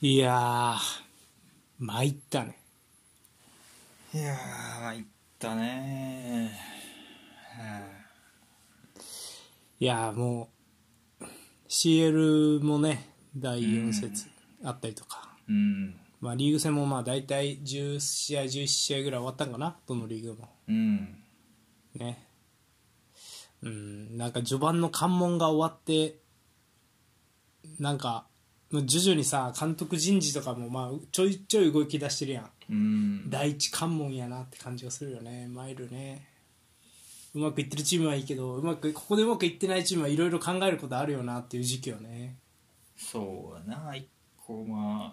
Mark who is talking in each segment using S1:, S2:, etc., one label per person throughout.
S1: いやー、参ったね。
S2: いやー、まいったねはい
S1: やーもう、CL もね、第4節あったりとか、
S2: いうん。
S1: まあリーグ戦もまあ大体10試合、11試合ぐらい終わったんかな、どのリーグも。
S2: うん。
S1: ね。うん、なんか序盤の関門が終わって、なんか、もう徐々にさ、監督人事とかもまあちょいちょい動き出してるやん。
S2: うん。
S1: 第一関門やなって感じがするよね参るねうまくいってるチームはいいけどうまくここでうまくいってないチームはいろいろ考えることあるよなっていう時期よね
S2: そうやな、一個ま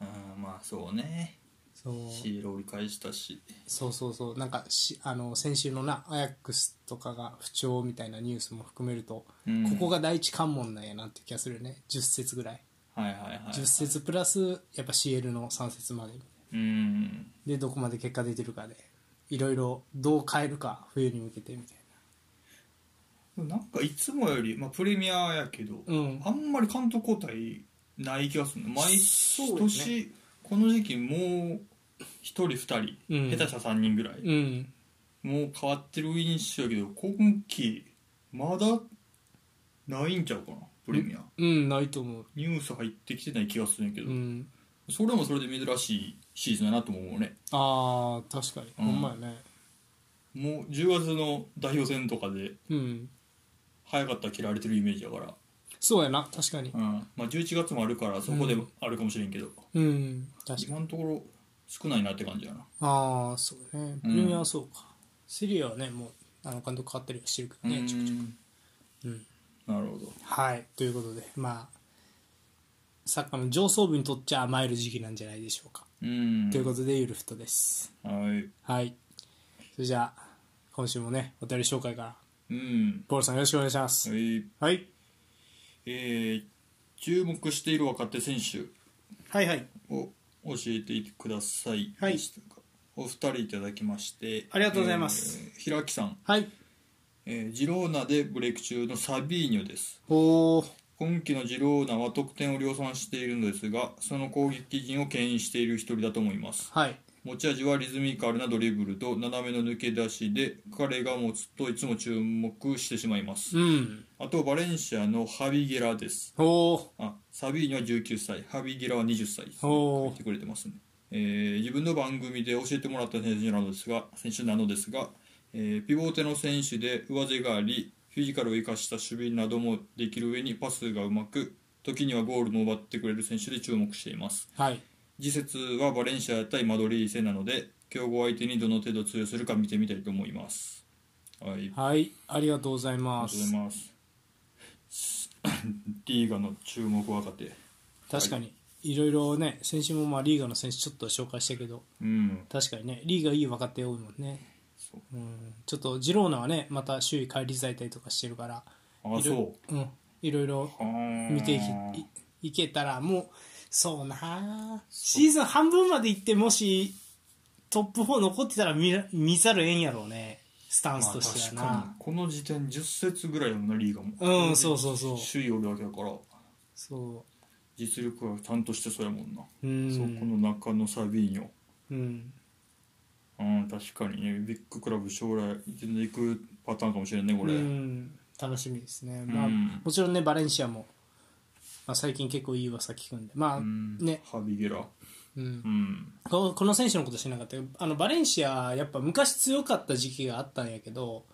S2: あ、うん、まあそうね。
S1: そう
S2: シール折り返したし。
S1: そうそうそうなんかしあの先週のなアヤックスとかが不調みたいなニュースも含めると、
S2: うん
S1: ここが第一関門なんやなって気がするよね10節ぐらい、
S2: はいはいはい。
S1: 10節プラスやっぱ CL の3節まで
S2: うん。
S1: でどこまで結果出てるかでいろいろどう変えるか冬に向けてみたい
S2: なんかいつもより、まあプレミアやけど、
S1: なうん
S2: あんまり監督交代ない気がするの。毎
S1: そうよね
S2: 年、この時期もう一人二人、
S1: うん
S2: 下手したら三人ぐらい。
S1: うん
S2: もう変わってる印象やけど今季まだないんちゃうかなプレミア
S1: うんないと思う
S2: ニュース入ってきてない気がするんやけど、
S1: うん
S2: それもそれで珍しいシーズンだなとも思うね
S1: あー確かに、
S2: うん
S1: ほんまやね
S2: もう10月の代表戦とかで
S1: うん
S2: 早かったら切られてるイメージやから、
S1: そうやな確かに
S2: うんまあ、11月もあるからそこで
S1: うん
S2: あるかもしれんけど、
S1: うん確かに
S2: 今のところ少ないなって感じやな
S1: ああそうねプ
S2: うん
S1: レミアはそうか、セリアはねもうあの監督変わったりはしてるからね、ちょくちょくうん
S2: うんなるほど
S1: はいということでまあサッカーの上層部にとっちゃ甘える時期なんじゃないでしょうか、
S2: うん
S1: ということでゆるふとです
S2: はい
S1: はいそれじゃあ今週もねお便り紹介から
S2: うん
S1: ボールさんよろしくお願いしま
S2: は
S1: す
S2: い
S1: はい
S2: えー、注目している若手選手
S1: はいはい
S2: を教えてください、
S1: はい
S2: お二人いただきまして
S1: ありがとうございます、
S2: えー平木さん、
S1: はい
S2: えージローナでブレイク中のサビーニョです
S1: おー
S2: 今季のジローナは得点を量産しているのですがその攻撃陣を牽引している一人だと思います
S1: はい
S2: 持ち味はリズミカルなドリブルと斜めの抜け出しで彼が持つといつも注目してしまいます
S1: うん
S2: あとバレンシアのハビゲラです
S1: おー
S2: あサビーニは19歳ハビギラは20歳ですね
S1: おー
S2: 書いてくれてますね、えー自分の番組で教えてもらった選手なのですが選手なのですが、えーピボーテの選手で上背がありフィジカルを生かした守備などもできる上にパスがうまく時にはゴールも奪ってくれる選手で注目しています
S1: はい
S2: 次節はバレンシア対マドリー戦なので強豪相手にどの程度通用するか見てみたいと思いますはいありが
S1: はい、ありがとうございま
S2: と
S1: す
S2: う。ございますリーガの注目若手
S1: 確かに、いろいろね、先週もまあリーガの選手ちょっと紹介したけど、
S2: うん
S1: 確かにね、リーガいい若手多いもんね。
S2: そう
S1: うん、ちょっとジローナはね、また周囲返り咲いたりとかしてるから、
S2: あ
S1: いろ
S2: そ
S1: うん、いろいろ
S2: う見
S1: 見ていきいいけたら、もう、そうなあシーズン半分まで行って、もしトップ4残ってたら見ら見ざるえんやろうね、スタンスとしては
S2: まあ確か
S1: な。
S2: にこの時点10節ぐらいやもんなリーガも
S1: うん、そうそうそう。
S2: 首位おるわけだから
S1: そ
S2: 実力はちゃんとしてそうやもんな、
S1: う。うん。
S2: そこの中のサビーニョ
S1: うん。
S2: うん確かにねビッグクラブ将来全然行くパターンかもしれんねこれ、
S1: うん、楽しみですね、まあ
S2: うん
S1: もちろんねバレンシアも、まあ、最近結構いい噂聞くんでまあ、
S2: うん
S1: ね、
S2: ハビゲラ
S1: うん
S2: うん
S1: このこの選手のこと知らなかったけどあのバレンシアやっぱ昔強かった時期があったんやけど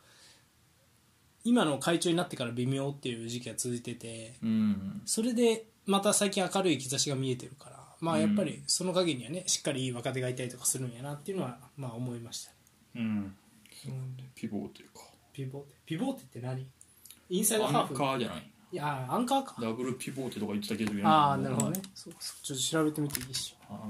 S1: 今の会長になってから微妙っていう時期が続いてて
S2: うん
S1: それでまた最近明るい兆しが見えてるからまあやっぱりその陰にはねしっかりいい若手がいたりとかするんやなっていうのはまあ思いましたね
S2: うんピボーテか
S1: ピボーテピボーテって何インサイドハ
S2: ア
S1: ー
S2: ン
S1: フ
S2: カーじゃない
S1: いやアンカーか
S2: ダブルピボーテとか言ってたけど
S1: ああなるほどねそうそうちょっと調べてみていいっし
S2: あの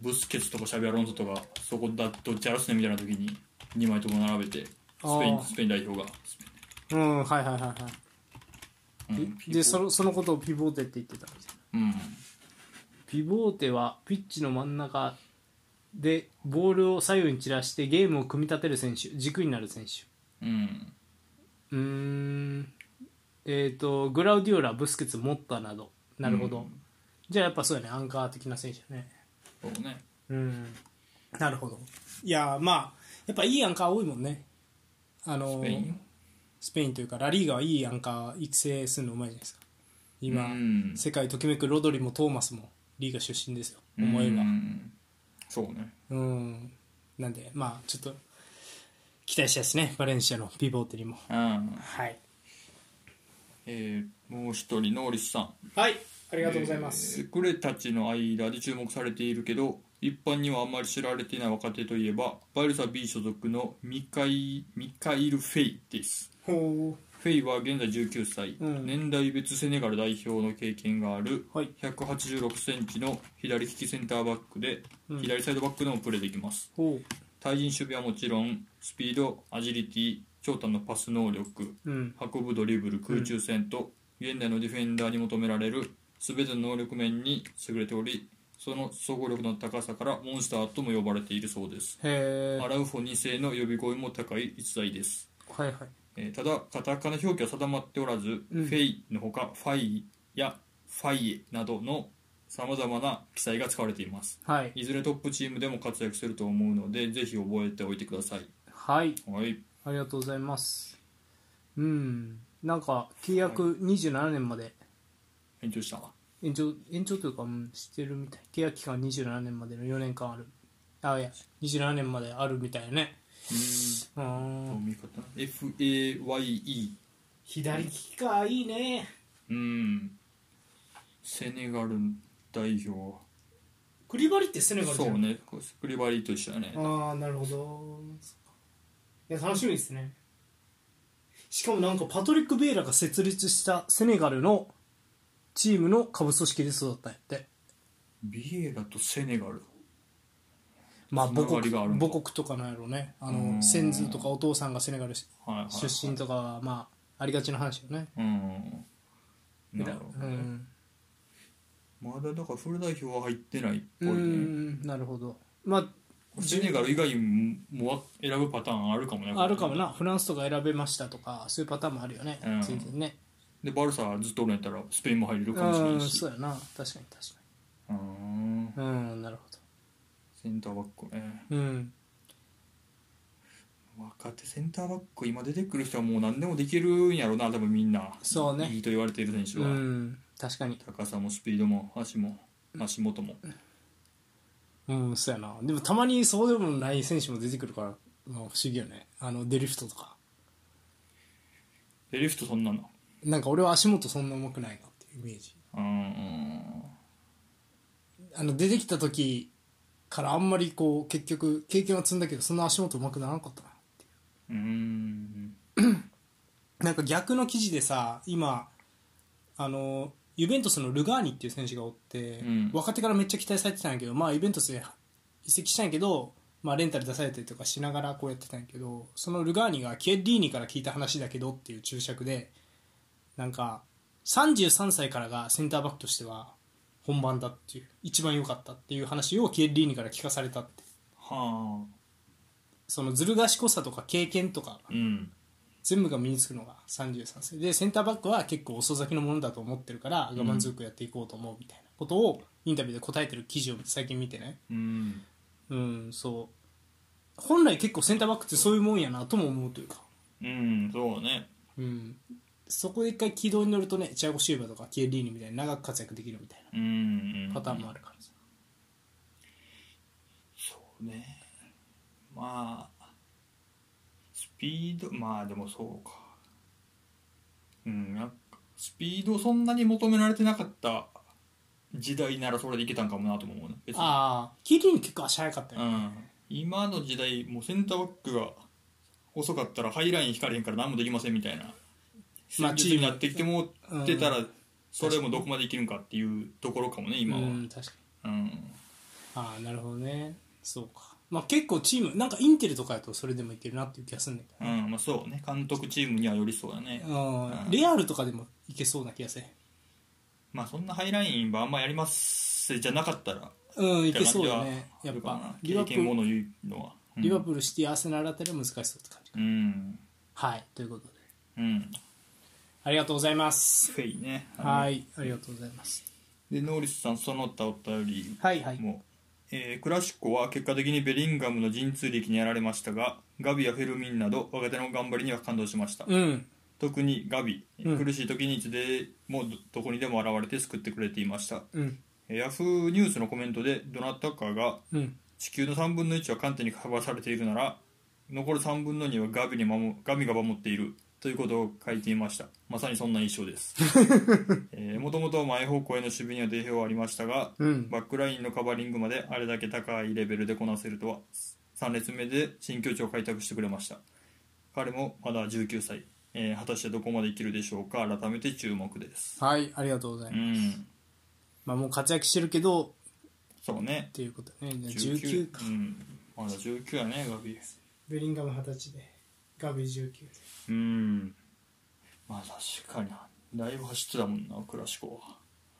S2: ブスケツとかシャビアロンソとかそこだどっちやらすねみたいな時に2枚とも並べてス
S1: あー
S2: ペインスペイン代表がスペ
S1: ょうんはいはいはいは
S2: インうん
S1: いでそのそのことをピボーテって言ってた
S2: うん
S1: ピボーテはピッチの真ん中でボールを左右に散らしてゲームを組み立てる選手軸になる選手
S2: うん
S1: うーんえっ、とグラウディオラブスケツモッタなどなるほど、
S2: うん
S1: じゃあやっぱそうやねアンカー的な選手やね
S2: そうね
S1: うんなるほどいやまあやっぱいいアンカー多いもんねあの
S2: スペイン
S1: スペインというかラリーガはいいアンカー育成するのうまいじゃないですか今、
S2: うん
S1: 世界ときめくロドリもトーマスもリーガ出身ですよ思えば
S2: うんそうね
S1: うんなんでまあちょっと期待したいですねバレンシアのピボーテにも
S2: うん
S1: はい
S2: えーもう一人ノーリスさん
S1: はいあ
S2: あ
S1: りがとうございます、
S2: クレたちの間で注目されているけど一般にはあんまり知られていない若手といえばバルサ B 所属のミカイミカイル・フェイです
S1: ほ
S2: フェイは現在19歳、
S1: うん
S2: 年代別セネガル代表の経験がある
S1: うはい
S2: 1 8 6ンチの左利きセンターバックで、
S1: うん
S2: 左サイドバックでもプレーできます
S1: ほ
S2: 対人守備はもちろんスピードアジリティ長短のパス能力
S1: ううん
S2: 運ぶドリブル空中戦と、現代のディフェンダーに求められる全ての能力面に優れておりその総合力の高さからモンスターとも呼ばれているそうです
S1: へえ
S2: アラウフォ2世の呼び声も高い逸材です、
S1: はいはい
S2: えーただカタカナ表記は定まっておらず、
S1: うん
S2: フェイのほかファイやファイエなどのさまざまな記載が使われています
S1: はい
S2: いずれトップチームでも活躍すると思うのでぜひ覚えておいてください
S1: はい
S2: はい
S1: ありがとうございますうんなんか契約27年まで
S2: 勉強したわ
S1: 延長延長というか、うん、してるみたい契約期間27年までの4年間あるあいや27年まであるみたいねう
S2: うんん見方 FAYE
S1: 左利きかいいね
S2: うんセネガル代表
S1: クリバリってセネガルじゃ
S2: そ
S1: ん
S2: うねクリバリーと一緒だね
S1: ああなるほどいや楽しみですねしかもなんかパトリック・ベイラが設立したセネガルのチームの下部組織で育ったんやって
S2: ビエラとセネガル
S1: まあ母
S2: つなが
S1: 国
S2: りがあるんだ
S1: 母国とかなんやろうねあ
S2: う
S1: の
S2: ん
S1: 先祖とかお父さんがセネガル
S2: はいはい、はい、
S1: 出身とかはまあありがちな話よね
S2: うんなるほど
S1: う
S2: ね
S1: ん
S2: まだだからフル代表は入ってないっ
S1: う
S2: ぽいね
S1: んなるほどまあ
S2: セネガル以外も選ぶパターンあるかもね
S1: あるかもなフランスとか選べましたとかそういうパターンもあるよね
S2: うん
S1: 全然ね
S2: でバルサーずっとおるんやったらスペインも入れるかもしれ
S1: う
S2: なんいし
S1: そうやな確かに確か
S2: うん
S1: にうんなるほ
S2: センターバックね
S1: どうん
S2: 若手センターバック今出てくる人はもう何でもできるんやろうな多分みんな
S1: そうね
S2: いいと言われている選手
S1: う
S2: は、
S1: ん確かに
S2: 高さもスピードも足も足元も
S1: うんそうやなでもたまにそうでもない選手も出てくるから、まあ、不思議よねあのデリフトとか
S2: デリフトそんなの
S1: なんか俺は足元そんな重くないなっていうイメージ
S2: うん
S1: あの出てきた時からあんまりこう結局経験は積んだけどそんな足元上手くならなかったな
S2: うん
S1: なんか逆の記事でさ今あのユベントスのルガーニっていう選手がおって、
S2: うん
S1: 若手からめっちゃ期待されてたんやけど、まあ、ユベントスで移籍したんやけど、まあ、レンタル出されたりとかしながらこうやってたんやけどそのルガーニがキエッリーニから聞いた話だけどっていう注釈でなんか33歳からがセンターバックとしては本番だっていう一番良かったっていう話をキエッリーニから聞かされたって
S2: は
S1: そのずる賢さとか経験とか
S2: あうん
S1: 全部が身につくのが33歳でセンターバックは結構遅咲きのものだと思ってるから我慢強くやっていこうと思うみたいなことをインタビューで答えてる記事を最近見てね
S2: うん
S1: うんそう本来結構センターバックってそういうもんやなとも思うというか
S2: うんそうね
S1: うんそこで一回軌道に乗るとねチアゴ・シューバーとかキエリーニみたいに長く活躍できるみたい
S2: うん
S1: なパターンもあるからさ
S2: そうねまあスピードまあでもそうかうんなんかスピードをそんなに求められてなかった時代ならそれでいけたんかもなとも思うね別に
S1: ああキエリーニ結構足早かった
S2: う
S1: よね
S2: ん、今の時代もうセンターバックが遅かったらハイライン引かれへんから何もできませんみたいな
S1: まあ
S2: 戦術になってきても
S1: うん
S2: ってたらそれもどこまでいけるんかっていうところかもね今は、う
S1: うんん確かにああなるほどねそうかまあ結構チームなんかインテルとかやとそれでもいけるなっていう気がするんだけど
S2: うんまあ、そうね監督チームには寄りそうだね、
S1: うん
S2: うん
S1: レアルとかでもいけそうな気がする
S2: まあそんなハイラインはあんまやりますじゃなかったら
S1: うんい
S2: って
S1: け
S2: 感
S1: そう
S2: じ
S1: だ
S2: は
S1: ね
S2: あ
S1: やっ
S2: るか
S1: ぱ
S2: な
S1: リバプ
S2: 経験
S1: ー
S2: も
S1: ル
S2: の言うのはうん
S1: リバプールシティアーセナルあたりは難しそうって感じか
S2: うん
S1: はいということで
S2: うん
S1: ありがとうございます
S2: フェイね
S1: はいありがとうございます
S2: でノーリスさんその他お便り
S1: はいはい
S2: も、えークラシコは結果的にベリンガムの陣痛力にやられましたがガビやフェルミンなど若手の頑張りには感動しました、
S1: うん
S2: 特にガビ、
S1: うん
S2: 苦しい時にいつでもどどこにでも現れて救ってくれていました
S1: うん
S2: えーヤフーニュースのコメントでどなたかが
S1: うん
S2: 地球の3分の1は寒天にかばされているなら残る3分の2はガビに守ガビが守っているということを書いていましたまさにそんな印象です えーもともと前方向への守備には定評はありましたが
S1: うん
S2: バックラインのカバーリングまであれだけ高いレベルでこなせるとは3列目で新境地を開拓してくれました彼もまだ19歳、えー果たしてどこまでいけるでしょうか改めて注目です
S1: はいありがとうございうます、
S2: ん
S1: まあもう活躍してるけどっ
S2: そうね
S1: ていうことねじゃあ19か
S2: うん、まだ19やねガビ
S1: ベリンガム二十歳でガビ19で
S2: うんまあ確かにだいぶ走ってたもんなクラシコは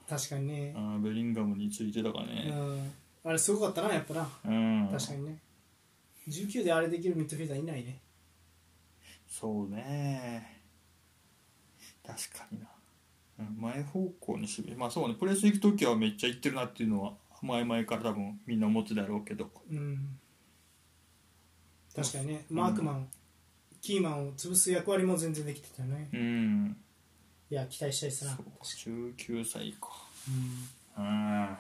S1: 確かにね
S2: あ、ーベリンガムについてたから
S1: う
S2: ね
S1: ん、あれすごかったなやっぱな
S2: うん
S1: 確かにね19であれできるミッドフィルダーいないね
S2: そうね確かになうん前方向の守備まあそうねプレス行く時はめっちゃ行ってるなっていうのは前々から多分みんな思ってたやろうけど
S3: うん確かにねマークマン、キーマンを潰す役割も全然できてたよね
S2: うん
S3: いや期待したいっす
S2: そう
S3: な
S2: 19歳かうん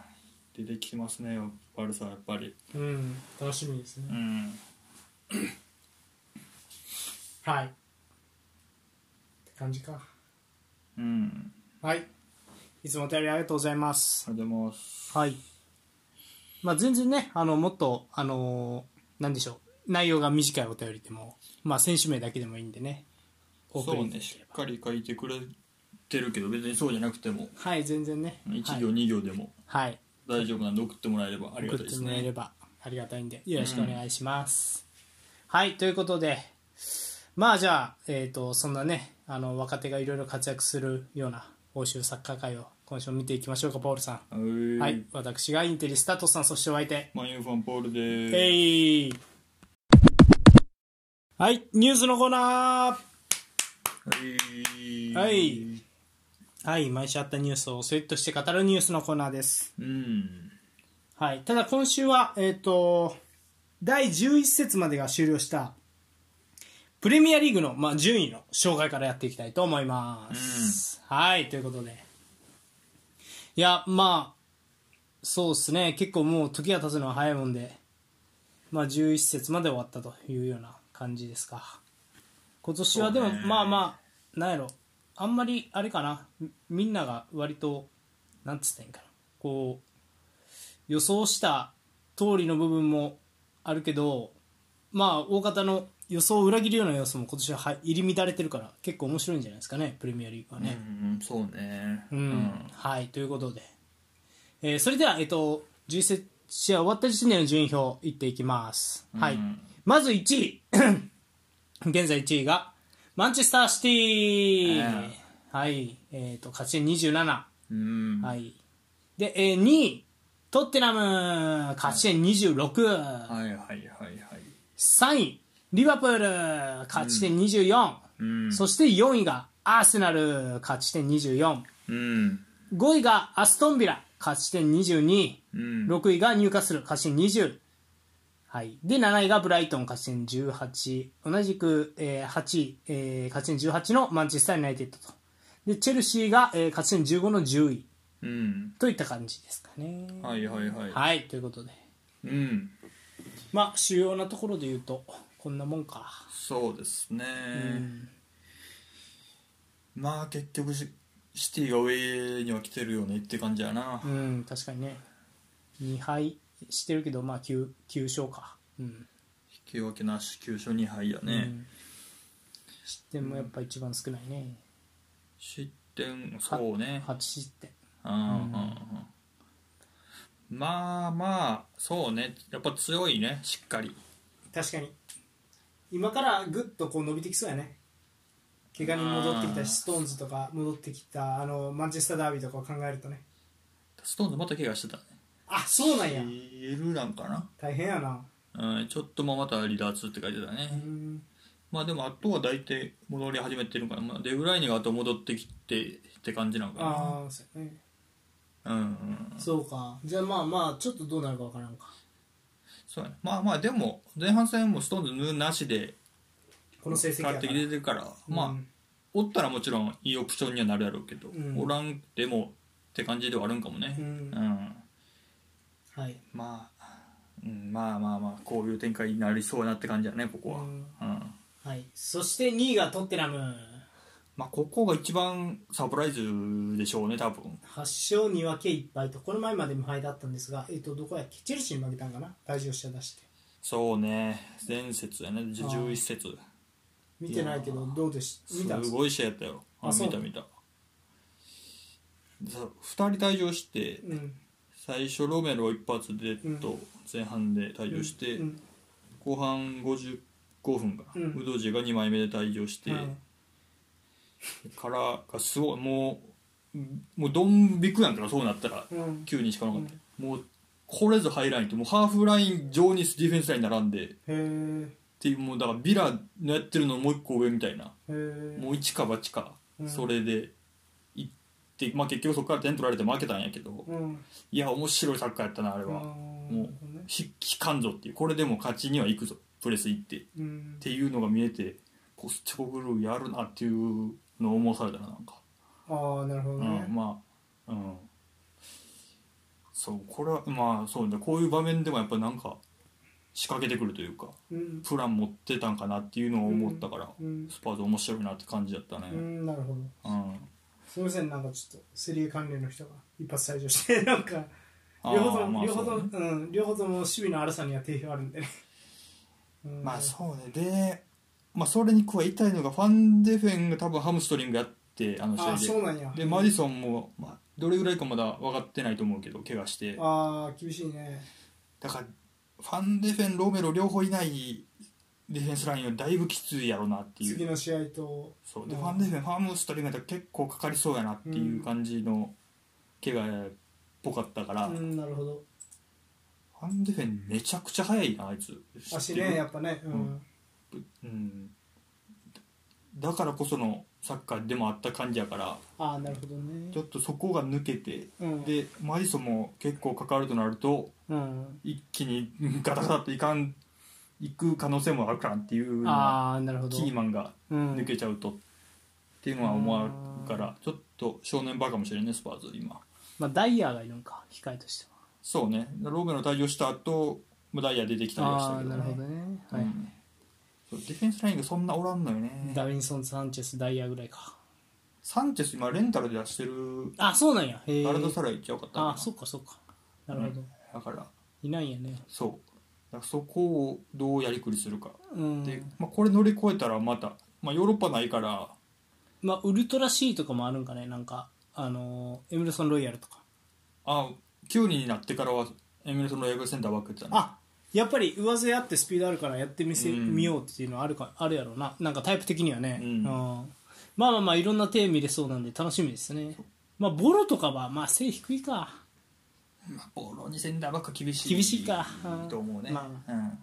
S2: 出てきてますね悪さはやっぱり
S3: うん、楽しみですね、
S2: うん
S3: はいって感じか
S2: うん
S3: はい
S1: いつもお便りありがとうございます
S2: ありがとうございます
S1: はいまあ全然ねあのもっとあのーなんでしょう内容が短いお便りでもまあ選手名だけでもいいんでねお送
S2: そ
S1: り
S2: う
S1: いた
S2: ね
S1: だ
S2: し
S1: けれ
S2: っ
S1: ば
S2: かり書いてくれてるけど別にそうじゃなくても
S1: はい全然ね
S2: 1行2行でも
S1: はい、はい
S2: 大丈夫なんで送ってもらえればありが
S1: 送
S2: た
S1: っ
S2: いで
S1: て
S2: す
S1: もらえ
S2: ね
S1: ればありがたいんでよろしくお願いします、はいということでまあじゃあ、えー、とそんなねあの若手がいろいろ活躍するような欧州サッカー界を今週も見ていきましょうかポールさん、
S2: はい
S1: はい私がインテリスタトスさんそしてお相手
S2: マンユーファンポールでーす
S1: えいはいニュースのコーナ
S2: はい。
S1: はいーはい毎週あったニュースをセットして語るニュースのコーナーです
S2: うん。
S1: はい、ただ今週は、えー、と第11節までが終了したプレミアリーグの、まあ、順位の紹介からやっていきたいと思います。はいということでいやまあそうですね結構もう時が経つのは早いもんで、まあ、11節まで終わったというような感じですか今年はでも、
S2: そうね
S1: まあまあなんやろあんまりあれかなみみんなが割となんつったらいいんかなこう予想した通りの部分もあるけどまあ大方の予想を裏切るような要素も今年はは入り乱れてるから結構面白いんじゃないですかねプレミアリーグは
S2: う
S1: ね。
S2: ん、そうね。
S1: うんはいということで、えーそれでは、えっと11節試合終わった時点での順位表いっていきます、は
S2: う
S1: い
S2: ん
S1: まず1位 現在1位がマンチェスターシティ、
S2: うん
S1: はいえっと勝ち点27
S2: うん。は
S1: はい。で、えー、2位、トッテナム、勝ち点26。
S2: いはいはいはい。
S1: 3位、リバプール、勝ち点24。
S2: うん。
S1: そして4位がアーセナル、勝ち点24。
S2: うん。
S1: 5位がアストンビラ、勝ち点22。
S2: うん。
S1: 6位がニューカッスル、勝ち点20。はい、で7位がブライトン、勝ち点18、同じく、えー8位、えー勝ち点18のマンチェスター・ユナイテッドと、でチェルシーが、えー勝ち点15の10位
S2: うん。
S1: といった感じですかね。
S2: はいはいはい。
S1: はい、ということで、
S2: うん。
S1: まあ、主要なところで言うと、こんなもんか。
S2: そうですね。
S1: うん、
S2: まあ結局シ、シティが上には来てるよねって感じやな
S1: う。ん、確かにね、2敗してるけど、まあ9、9勝か。うん。
S2: 引き分けなし、9勝2敗やね。
S1: うん失点もやっぱ一番少ないね。
S2: 失点、そうね。
S1: 8失点。
S2: うんうんうんまあまあ、そうね。やっぱ強いね、しっかり。
S3: 確かに今からぐっとこう伸びてきそうやね怪我に戻ってきたしストーンズとか戻ってきたあのマンチェスターダービーとかを考えるとね
S2: ストーンズまた怪我してたね。
S3: あそうなんや
S2: PL なんかな
S3: 大変やな
S2: うん、ちょっとまあまた離脱って書いてた
S3: う
S2: ね。
S3: ん
S2: まあでも、あとは大体戻り始めてるのかな。まあ、デブライネがあと戻ってきてって感じなのかな。
S3: ああそうやね
S2: うんうん
S3: そうかじゃあまあまあちょっとどうなるかわからんか
S2: そうやねまあまあでも前半戦もストーンズヌーなしで
S3: この成績
S2: 比
S3: や
S2: 較
S3: か
S2: 的
S3: ら
S2: 出てるから、まあ
S3: うん
S2: おったらもちろんいいオプションにはなるやろうけど、
S3: うん
S2: おらんでもって感じではあるんかもね
S3: うん
S2: うん
S3: はい
S2: まあ、うん、まあまあまあこういう展開になりそうやなって感じだねここは、
S3: う
S2: うんん
S3: はいそして2位がトッテナム
S2: まあ、ここが一番サプライズでしょうね多分
S3: 8勝2分け1敗とこの前まで無敗だったんですがえっ、とどこやっけチェルシーに負けたんかな退場者出して
S2: そうね前節やね11節
S3: 見てないけどどうでし見たんですす
S2: ごい試合やったよあ
S3: あそう
S2: 見た見たさ2人退場して
S3: うん
S2: 最初ロメロ一発で
S3: うん
S2: と前半で退場して、
S3: うん
S2: 後半55分かな、
S3: うん
S2: ウドジェが2枚目で退場して、
S3: うん
S2: からがすごいもうもうドン引くやんからそうなったら
S3: うん
S2: 9人しかなかった、もうこれぞハイラインってもうハーフライン上にディフェンスライン並んでっ
S3: へー
S2: ていうもうだからビラのやってるのもう一個上みたいな、
S3: へー
S2: もう一か八か、
S3: うん
S2: それで行って、まあ、結局そこから点取られて負けたんやけど、
S3: うん
S2: いや面白いサッカーやったなあれ
S3: あーなるほど
S2: は、もう
S3: ね
S2: ひ引かんぞっていうこれでも勝ちにはいくぞプレス行ってっ
S3: うん
S2: ていうのが見えてポストブルーやるなっていうのを思わされたななんか。
S3: ああなるほどね
S2: うん、まあうんそうこれはまあそうだこういう場面でもやっぱなんか仕掛けてくるというか
S3: うん
S2: プラン持ってたんかなっていうのを思ったから、
S3: うん
S2: スパーズ面白いなって感じだったね
S3: う
S2: うん、
S3: んなるほどすみませんなんかちょっとセリエ関連の人が一発退場してなんか
S2: あー
S3: 両方とも、
S2: まあ
S3: 両方
S2: そう
S3: とも、
S2: ね
S3: うん、両方とも守備の荒さには定評あるんでね、うん
S2: まあそうねで、まあ、それに加え痛いのがファンデフェンが多分ハムストリングやってあの
S3: あ
S2: 試
S3: そ
S2: 合
S3: うなんや
S2: ででマディソンも、まあ、どれぐらいかまだ分かってないと思うけど怪我して
S3: あー厳しいね
S2: だからファンデフェンロメロ両方いないディフェンスラインはだいぶきついやろなっていう
S3: 次の試合と
S2: そうで
S3: うん
S2: ファンデフェンファームストリングだったら結構かかりそうやなっていう感じの怪我っぽかったから、
S3: う
S2: フ
S3: んなるほど
S2: ァンデフェンめちゃくちゃ速いなあいつ知
S3: 足
S2: ってる
S3: ねやっぱねうん、
S2: うんうん、だからこそのサッカーでもあった感じやから
S3: ああなるほどね
S2: ちょっとそこが抜けて
S3: うん
S2: でマリソンも結構かかるとなると
S3: うん、
S2: 一気にうんガタガタっていかんいく可能性もあるからっていうのが
S3: ああなるほど
S2: キーマンが
S3: うん
S2: 抜けちゃうとっていうのは思うからちょっと正念場かもしれんねスパーズ今
S1: まあ、ダイヤーがいるんか控えとしては
S2: そうねローベの退場した後まあダイヤ出てきたりはしたけど,、ね
S1: ね
S2: うんそうディフェンスラインがそんなおらんのよね
S1: ダビンソン・サンチェスダイヤーぐらいか
S2: サンチェス今レンタルで出してる
S1: あそうなんやへえ
S2: バルドサラ行っちゃうかった
S1: あそ
S2: か
S1: っかそっかなるほど、
S2: なだから
S1: いないんやね
S2: そうだからそこをどうやりくりするか、
S1: うん
S2: で、まあ、これ乗り越えたらまた、まあ、ヨーロッパないから
S1: まあ、ウルトラ C とかもあるんかねなんかあのーエムルソン・ロイヤルとか
S2: あ9人になってからはエミレスのレベルセンターばっかりやってたね
S1: あやっぱり上背あってスピードあるからやってみせ、
S2: うん
S1: 見ようっていうのはあるかあるやろうななんかタイプ的にはね、
S2: うん
S1: まあまあまあいろんな手見れそうなんで楽しみですねまあボロとかはまあ背低いか
S2: ボロにセンターばっか厳しい
S1: 厳しいか
S2: と思うね、
S1: ま
S2: うん、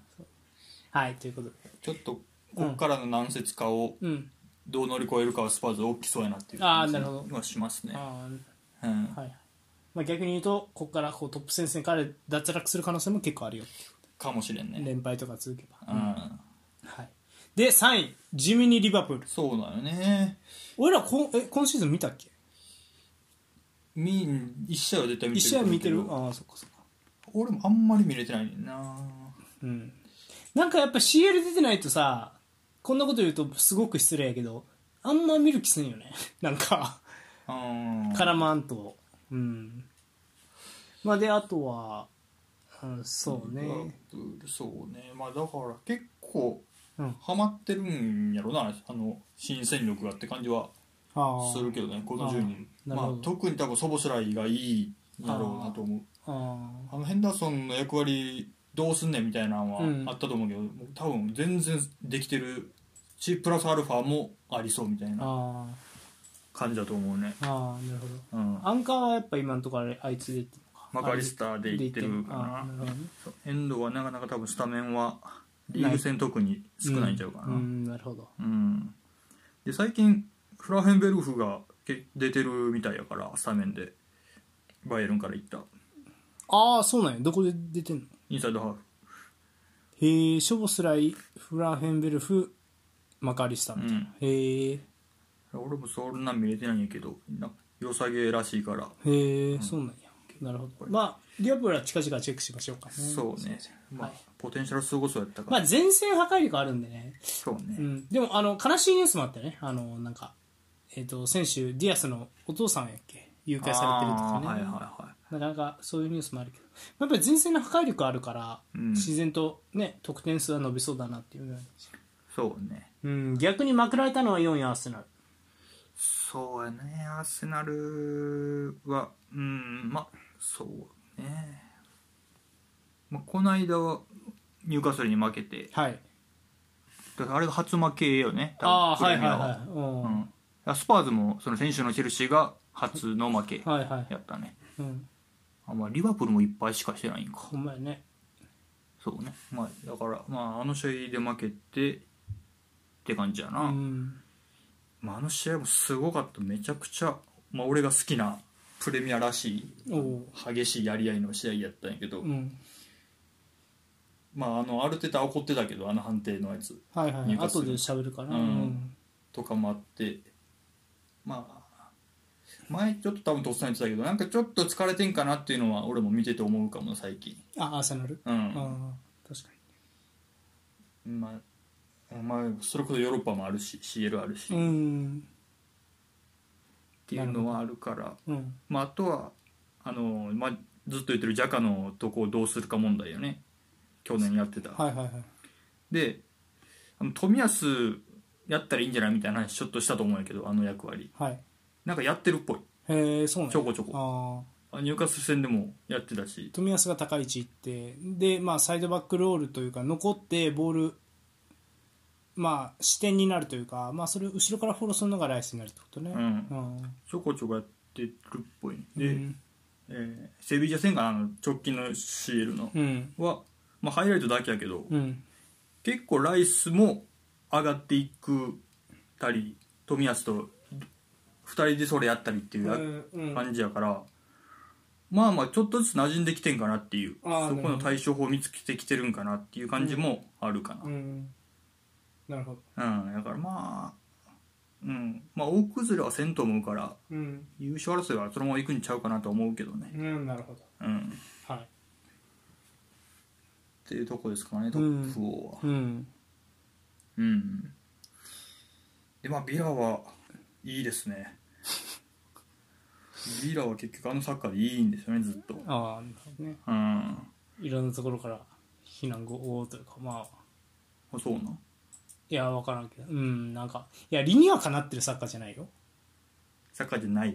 S1: はいということで
S2: ちょっとこっからの何節かを
S1: うん
S2: どう乗り越えるかはスパーズ大きそうやなっていう
S1: あー
S2: 感じ
S1: なるほど
S2: はしますね、
S1: あー
S2: うん
S1: はいまあ、逆に言うとここからこうトップ戦線から脱落する可能性も結構あるよ
S2: かもしれんね
S1: 連敗とか続けば、
S2: うん、
S1: はい、で3位地味にリバプール
S2: そうだよね
S1: 俺らこんえ今シーズン見たっけ
S2: みん一試合は絶対見てる
S1: 一試合見てる
S2: と思う
S1: ああそっかそっか
S2: けど俺もあんまり見れてないねんな
S1: うんなんかやっぱ CL 出てないとさこんなこと言うとすごく失礼やけどあんま見る気せんよね なんか
S2: うん
S1: 絡まんとうんまあであとは、うん、そうね
S2: リバプールそうねまあだから結構
S1: うん
S2: ハマってるんやろなあの新戦力がって感じは
S1: ああ
S2: するけどねこの10人
S1: あーなるほ
S2: ま
S1: ど
S2: あ特に多分ソボスライがいいんやろうなと思う
S1: あ
S2: あのヘンダーソンの役割どうすんねんみたいなのは
S1: うん
S2: あったと思うけど、もう多分全然できてるしプラスアルファもありそうみたい
S1: あ
S2: な
S1: あ
S2: 感じだと思うね、
S1: あああなるほど
S2: うん、
S1: アンカーはやっぱ今のところあれあいつでいってるのか
S2: マカリスターでいってるか
S1: あ
S2: な
S1: なるほどね
S2: そう遠藤はなかなか多分スタメンはリーグ戦特に少ないんちゃうかな、
S1: うんうんなるほど
S2: うんで最近フラヘンベルフがけ出てるみたいやからスタメンでバイエルンから行った
S1: ああそうなんやどこで出てんの
S2: インサイドハーフ
S1: へえショボスライフラーヘンベルフマカリスタみたいな、へえ
S2: 俺もそんな見れてないんやけどな良さげらしいから、
S1: へえ、そうなんやなるほどまあディアボラ近々チェックしましょうかね
S2: そうねまあ、
S1: はい
S2: ポテンシャルすごそうやったから、
S1: まあ前線破壊力あるんでね
S2: そうね、
S1: うん、でもあの悲しいニュースもあってねあのなんか、えー、と選手ディアスのお父さんやっけ誘拐されてるとかね、
S2: あーはいはいは
S1: なかなかそういうニュースもあるけどやっぱり前線の破壊力あるから、
S2: うん
S1: 自然と、ね、得点数は伸びそうだなっていうぐらいです
S2: いそうね
S1: うん、逆にまくられたのは4位アーセナル
S2: そうやねアーセナルはうんまあそうね、まあ、この間はニューカッスルに負けて
S1: はい
S2: だからあれが初負けよね
S1: ああ
S2: プ
S1: は
S2: レ
S1: い
S2: ミ
S1: はい
S2: ア
S1: はい、うん
S2: うん、スパーズもその先週のチェルシーが初の負け
S1: はいはい
S2: やったね、
S1: うん
S2: あまあ、リバプールもいっぱいしかしてないんか
S1: ほんまやね
S2: そうねまあだから、まあ、あの試合で負けてって感じやな、
S1: うん
S2: まあ、あの試合もすごかっためちゃくちゃ、まあ、俺が好きなプレミアらしい
S1: おう
S2: 激しいやり合いの試合やったんやけど、
S1: うん
S2: まああのアルテタ怒ってたけどあの判定のやつ
S1: はいはい
S2: 入荷す
S1: 後
S2: る
S1: で喋るかな、
S2: うん
S1: うん
S2: とかもあってまあ前ちょっと多分とっさに言ってたけどなんかちょっと疲れてんかなっていうのは俺も見てて思うかも最近
S1: あアーセナル、
S2: うん
S1: ああ確か
S2: まあまあそれこそヨーロッパもあるし CL あるし、
S1: にう
S2: っ
S1: ん
S2: ていうのはあるから
S1: うん
S2: まああとはあの、まあ、ずっと言ってるジャカのとこをどうするか問題よね去年やってた、
S1: はいはいはい
S2: であの冨安やったらいいんじゃないみたいな話ちょっとしたと思うんやけどあの役割
S1: はい
S2: なんかやってるっぽい
S1: へえそうなんや
S2: ちょこちょこ
S1: ああ
S2: あ入荷戦でもやってたし
S1: 冨安が高い位置行ってで、まあ、サイドバックロールというか残ってボール、まあ、視点になるというか、まあ、それを後ろからフォローするのがライスになるってことね、
S2: うん
S1: うん
S2: ちょこちょこやってるっぽいねで、
S1: うん
S2: えーセビージャ戦があの直近の CL の
S1: うん
S2: は、まあ、ハイライトだけやけど、
S1: うん
S2: 結構ライスも上がっていくたり冨安と2人でそれやったりっていううや
S3: んうん
S2: 感じやから、まあまあちょっとずつ馴染んできてんかなっていう
S3: あー
S2: そこの対処法見つけてきてるんかなっていう感じもあるかな、
S3: うんなるほど
S2: うん、だからまあ、うん、まあ大崩れはせんと思うから、
S3: うん
S2: 優勝争いはそのまま行くんちゃうかなとは思うけどね。
S3: うんなるほど
S2: うん。
S3: はい
S2: っていうとこですかね、トップ4は。
S1: うん
S2: うん。で、まあ、ビラはいいです ね。ビラは結局あのサッカーでいいんですよね、ずっと。
S1: ああなるほどね
S2: うん。あ
S1: いろんなところから避難後というかまあ
S2: そうなん。
S1: いや分からんけどうんなんかいや理にはかなってるサッカーじゃないよ
S2: サッカーじゃない。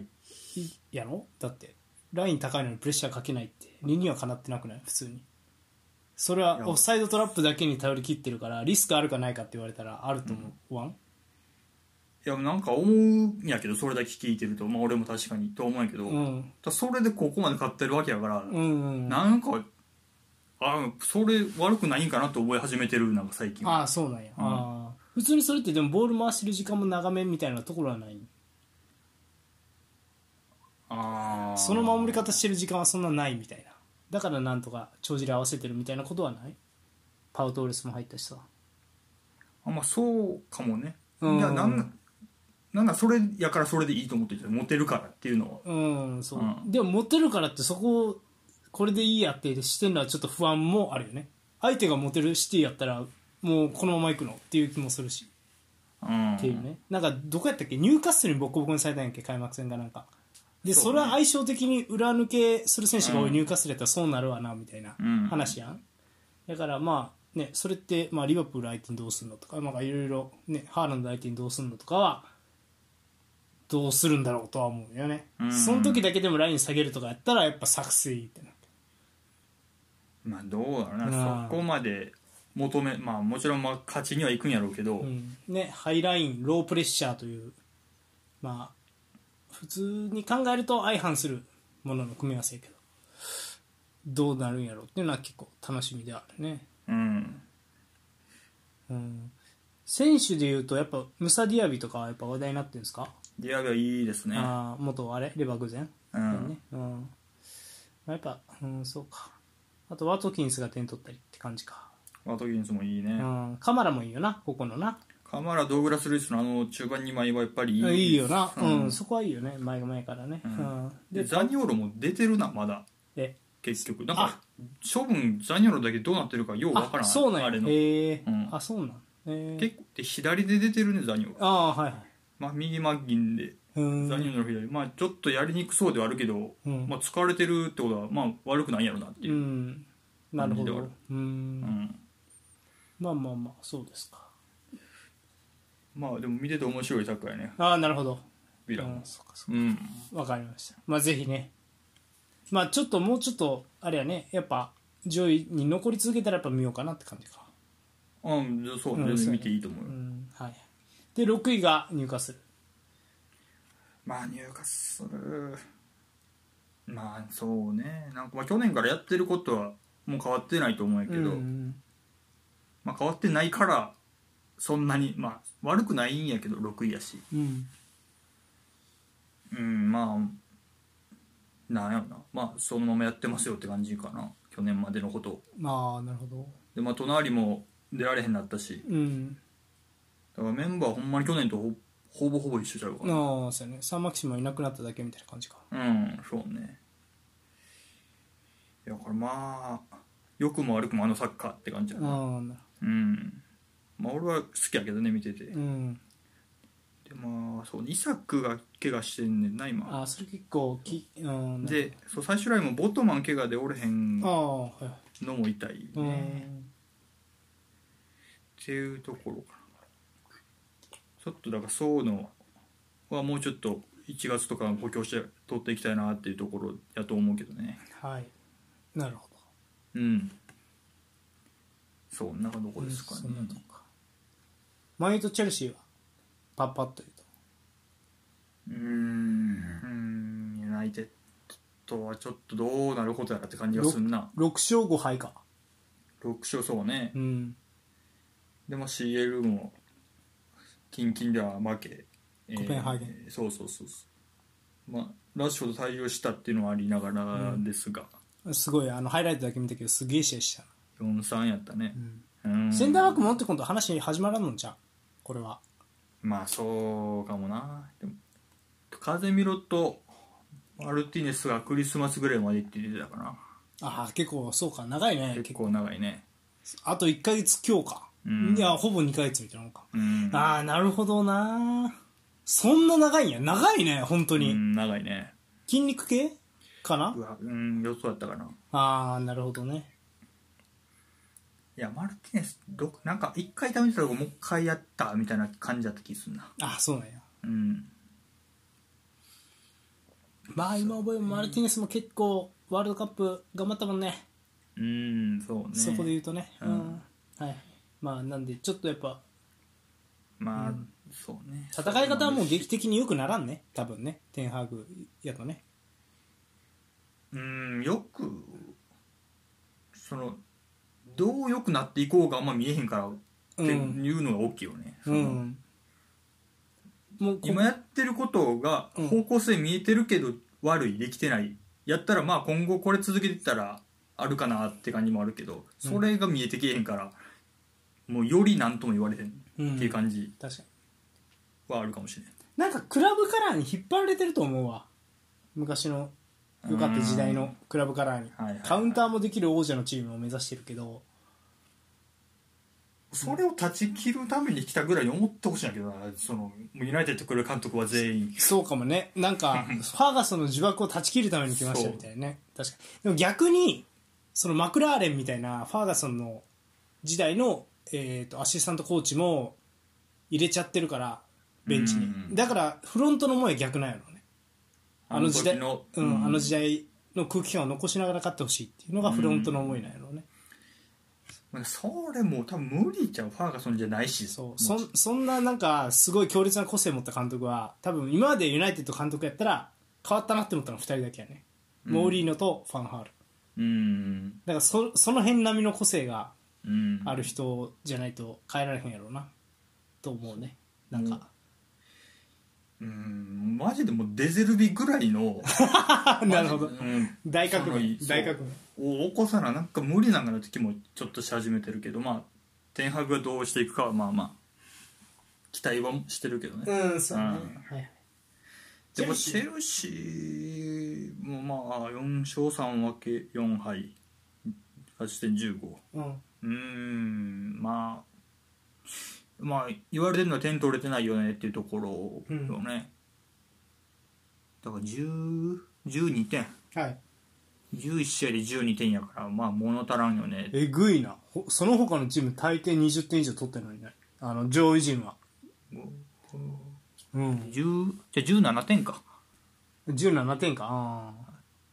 S1: いやろだってライン高いのにプレッシャーかけないって理にはかなってなくない普通にそれ
S2: い
S1: は
S2: や
S1: オフサイドトラップだけに頼り切ってるからリスクあるかないかって言われたらあると思う、ワン
S2: いや、なんか思うんやけど、それだけ聞いてると、まあ俺も確かにと思うんやけど、
S1: う
S2: だか
S1: ん
S2: らそれでここまで勝ってるわけやから、
S1: うんうんあ
S2: なんかあそれ悪くないんかなと思い始めてるなんか最近は
S1: あそうなんや、ああ普通にそれってでもボール回してる時間も長めみたいなところはない
S2: あー
S1: その守り方してる時間はそんなないみたいなだからなんとか帳尻合わせてるみたいなことはないパウトーレスも入ったしさ
S2: あまあそうかもね
S1: うん
S2: いやなんななんだそれやからそれでいいと思ってるモテるからっていうのは
S1: うんそう、
S2: うん
S1: でもモテるからってそこをこれでいいやってしてるのはちょっと不安もあるよね相手がモテるシティやったらもうこのまま行くのっていう気もするし
S2: うん
S1: っていうねなんかどこやったっけニューカッスルにボコボコにされたんやっけ開幕戦がなんかでそ,、
S2: そうね
S1: れは相性的に裏抜けする選手が多
S2: う
S1: い
S2: ん
S1: ニューカッスルやったらそうなるわなみたいな
S2: うん
S1: 話やん、だからまあねそれって、まあ、リバプール相手にどうするのとかなんかいろいろねハーランド相手にどうするのとかはどうするんだろうとは思うよね、
S2: うん
S1: その時だけでもライン下げるとかやったらやっぱ作戦ってなって
S2: まあどうだろう
S1: う
S2: なんそこまで求めまあもちろんまあ勝ちにはいくんやろうけど、
S1: うんね、ハイラインロープレッシャーという、まあ、普通に考えると相反するものの組み合わせやけどどうなるんやろうっていうのは結構楽しみではあるね、
S2: うん
S1: うん、選手でいうとやっぱムサディアビとかはやっぱ話題になってるんですか、
S2: ディアビはいいですね
S1: ああ元あれレバーグゼン、
S2: うん
S1: ねうんまあ、やっぱ、うん、そうか。あと、ワトキンスが点取ったりって感じか。
S2: ワトキンスもいいね、
S1: うん、カマラもいいよな、ここのな。
S2: カマラドーグラス・ルイスのあの中盤2枚はやっぱりいい
S1: いいよな、
S2: う
S1: うんん、そこはいいよね、前が前からね。
S2: う
S1: うんん
S2: で
S1: で、
S2: ザニオロも出てるなまだ
S1: え、
S2: 結局なんか処分ザニオロだけどうなってるかようわから
S1: あ、
S2: ん
S1: そうなんや
S2: あれの
S1: へえ、
S2: うん
S1: あ、そうなん。えー、
S2: 結構で左で出てるねザニオロ、
S1: ああー、はいはい。
S2: まあ、右マッギンで
S1: う
S2: ザニ
S1: ん。
S2: オロ左、まあ、ちょっとやりにくそうではあるけど、
S1: うん
S2: まあ、疲れてるってことは、まあ、悪くないやろなって
S1: う
S2: いう、
S1: ん。なるほ
S2: 感じではあ
S1: ど
S2: る。
S1: う
S2: うん
S1: ん。まあまあまあ、そうですか。
S2: まあでも見てて面白いサッカーやね
S1: ああ、なるほど。
S2: ヴィラ
S1: う
S2: も
S1: ん、そうかそう
S2: うん
S1: わかりました。まあ、ぜひね。まあ、ちょっともうちょっと、あれやね、やっぱ、上位に残り続けたらやっぱ見ようかなって感じか。
S2: うんじゃあそう
S1: うん
S2: 全
S1: そう
S2: 然
S1: やね
S2: 見ていいと思う
S1: う
S2: よ、
S1: ん、はい。で、6位が入荷する。
S2: まあ入荷するまあそうねなんかまあ去年からやってることはもう変わってないと思うんやけど、
S1: うん
S2: まあ、変わってないからそんなにまあ悪くないんやけど6位やし
S1: うん。
S2: うんまあなんやろなまあそのままやってますよって感じかな去年までのことを
S1: まあ、なるほど。
S2: でまあ隣も出られへんなったし
S1: うん。
S2: だからメンバーほんまに去年とほほぼほぼ一緒ちゃうかな
S1: ああ、そうやね。サンマキシもいなくなっただけみたいな感じか。
S2: うんそうねいやこれまあ良くも悪くもあのサッカーって感じや
S1: ああ
S2: な、
S1: なる
S2: うんまあ俺は好きやけどね見てて、
S1: ほ
S2: で
S1: ど。うん。
S2: まあそうイサクが怪我してんねんな今
S1: ああ、それ結構き、うん。なる
S2: でそう最終ラインもボトマン怪我でおれへん
S1: ほど、
S2: の
S1: ああ、はい。
S2: も痛い、
S1: うん。
S2: ね、っていうところかなちょっとだからそうのはもうちょっと1月とか補強して取っていきたいなっていうところやと思うけどね
S1: はい。なるほど。
S2: うんそうなんかどこですかね
S1: うんそんなとこかマンユーとチェルシーは、パッパッと言うと。
S2: うーんうんユナイテッドはちょっとどうなることやらって感じがすんな
S1: 6勝5敗か。
S2: 6勝そうね
S1: うん。
S2: でも CL も近々では負け
S1: コペンハーゲン
S2: えーそうそうそうそうまあラッシュほど対応したっていうのはありながらですが、
S1: すごい、あの、ハイライトだけ見たけど、すげえ試合したな。
S2: 4-3やったね
S1: ん
S2: うん
S1: センターバック持ってこんと話始まらんのじゃん。これは。
S2: まあそうかもなでも風見ろとマルティネスがクリスマスぐらいまで行って出てたかな
S1: ああ、結構、そうか、長いね。
S2: 結構長いね
S1: あと1ヶ月強か。
S2: うん
S1: いや、ほぼ2ヶ月みたいなもんか。
S2: うん
S1: ああ、なるほどな。そんな長いんや。長いね、本当
S2: う
S1: に。
S2: ん長いね
S1: 筋肉系かな
S2: うわうん予想だったかな
S1: ああ、なるほどね。
S2: いやマルティネスどなんか一回試したとこもう一回やったみたいな感じだった気すんな
S1: ああ、そうなんや。
S2: うん
S1: まあ、今覚えもマルティネスも結構、ワールドカップ頑張ったもんね。
S2: うんそうね
S1: そこで言うとね。
S2: う
S1: うんん。はい。まあ、なんで、ちょっとやっぱ、
S2: まあ、そうね
S1: 戦い方はもう劇的に良くならんね。多分ね。テンハーグやとね。
S2: うんよくそのどう良くなっていこうがあんま見えへんからっ
S1: う
S2: て
S1: ん
S2: いうのが大きいよね、
S1: う
S2: その
S1: ん。もうこ、
S2: 今やってることが
S1: うん
S2: 方向性見えてるけど悪いできてないやったらまあ今後これ続けてったらあるかなって感じもあるけどそれが見えてけえへんから、もうより何とも言われへんっていう感じ
S1: 確かに。
S2: はあるかもしれない、
S1: なんか、クラブカラーに引っ張られてると思うわ。昔の、良かった時代のクラブカラーに
S2: はいはいは。い
S1: カウンターもできる王者のチームを目指してるけど、
S2: それを断ち切るために来たぐらいに思ってほしいんだけどなそのユナイテッド来る監督は全員
S1: そうかもね。なんか、ファーガソンの呪縛を断ち切るために来ましたみたいなね。確かに。でも逆に、そのマクラーレンみたいな、ファーガソンの時代の、えー、とアシスタントコーチも入れちゃってるから、ベンチ
S2: う
S1: に
S2: ん。
S1: だから、フロントのもえ逆なんやろね。あの時代、
S2: あの時
S1: う
S2: のうん
S1: ん、あの時代の空気感を残しながら勝ってほしいっていうのがフロントの思いなんやろうね。
S2: まあそれもう多分無理じゃんファーガソンじゃないし
S1: そうそんそんななんかすごい強烈な個性を持った監督は多分今までユナイテッド監督やったら変わったなって思ったの2人だけやね、モーリーノとファンハール
S2: うん
S1: だからそその辺並みの個性が
S2: うん
S1: ある人じゃないと変えられへんやろうなと思うねなんか、
S2: うんマジでもうデゼルビぐらいの
S1: なるほど
S2: うん
S3: 大革命
S2: その
S3: 大革命
S2: を起こさななんか無理なんかなって気もちょっとし始めてるけどまあ天白がどうしていくかはまあまあ期待はしてるけどね、
S3: うんそうね
S2: うん
S3: はい
S2: でも
S3: チ
S2: チ
S3: ェ
S2: ェルシーもまあ4勝3分け4敗勝ち点15
S3: うん
S2: うーんまあまあ言われてるのは点取れてないよねっていうところよね、だから10 12点
S3: はい
S2: 11試合で12点やからまあ物足らんよね
S1: えぐいなほその他のチーム大抵20点以上取ってるのにねあの上位陣はうん
S2: 10じゃあ17点か
S1: 17点かあ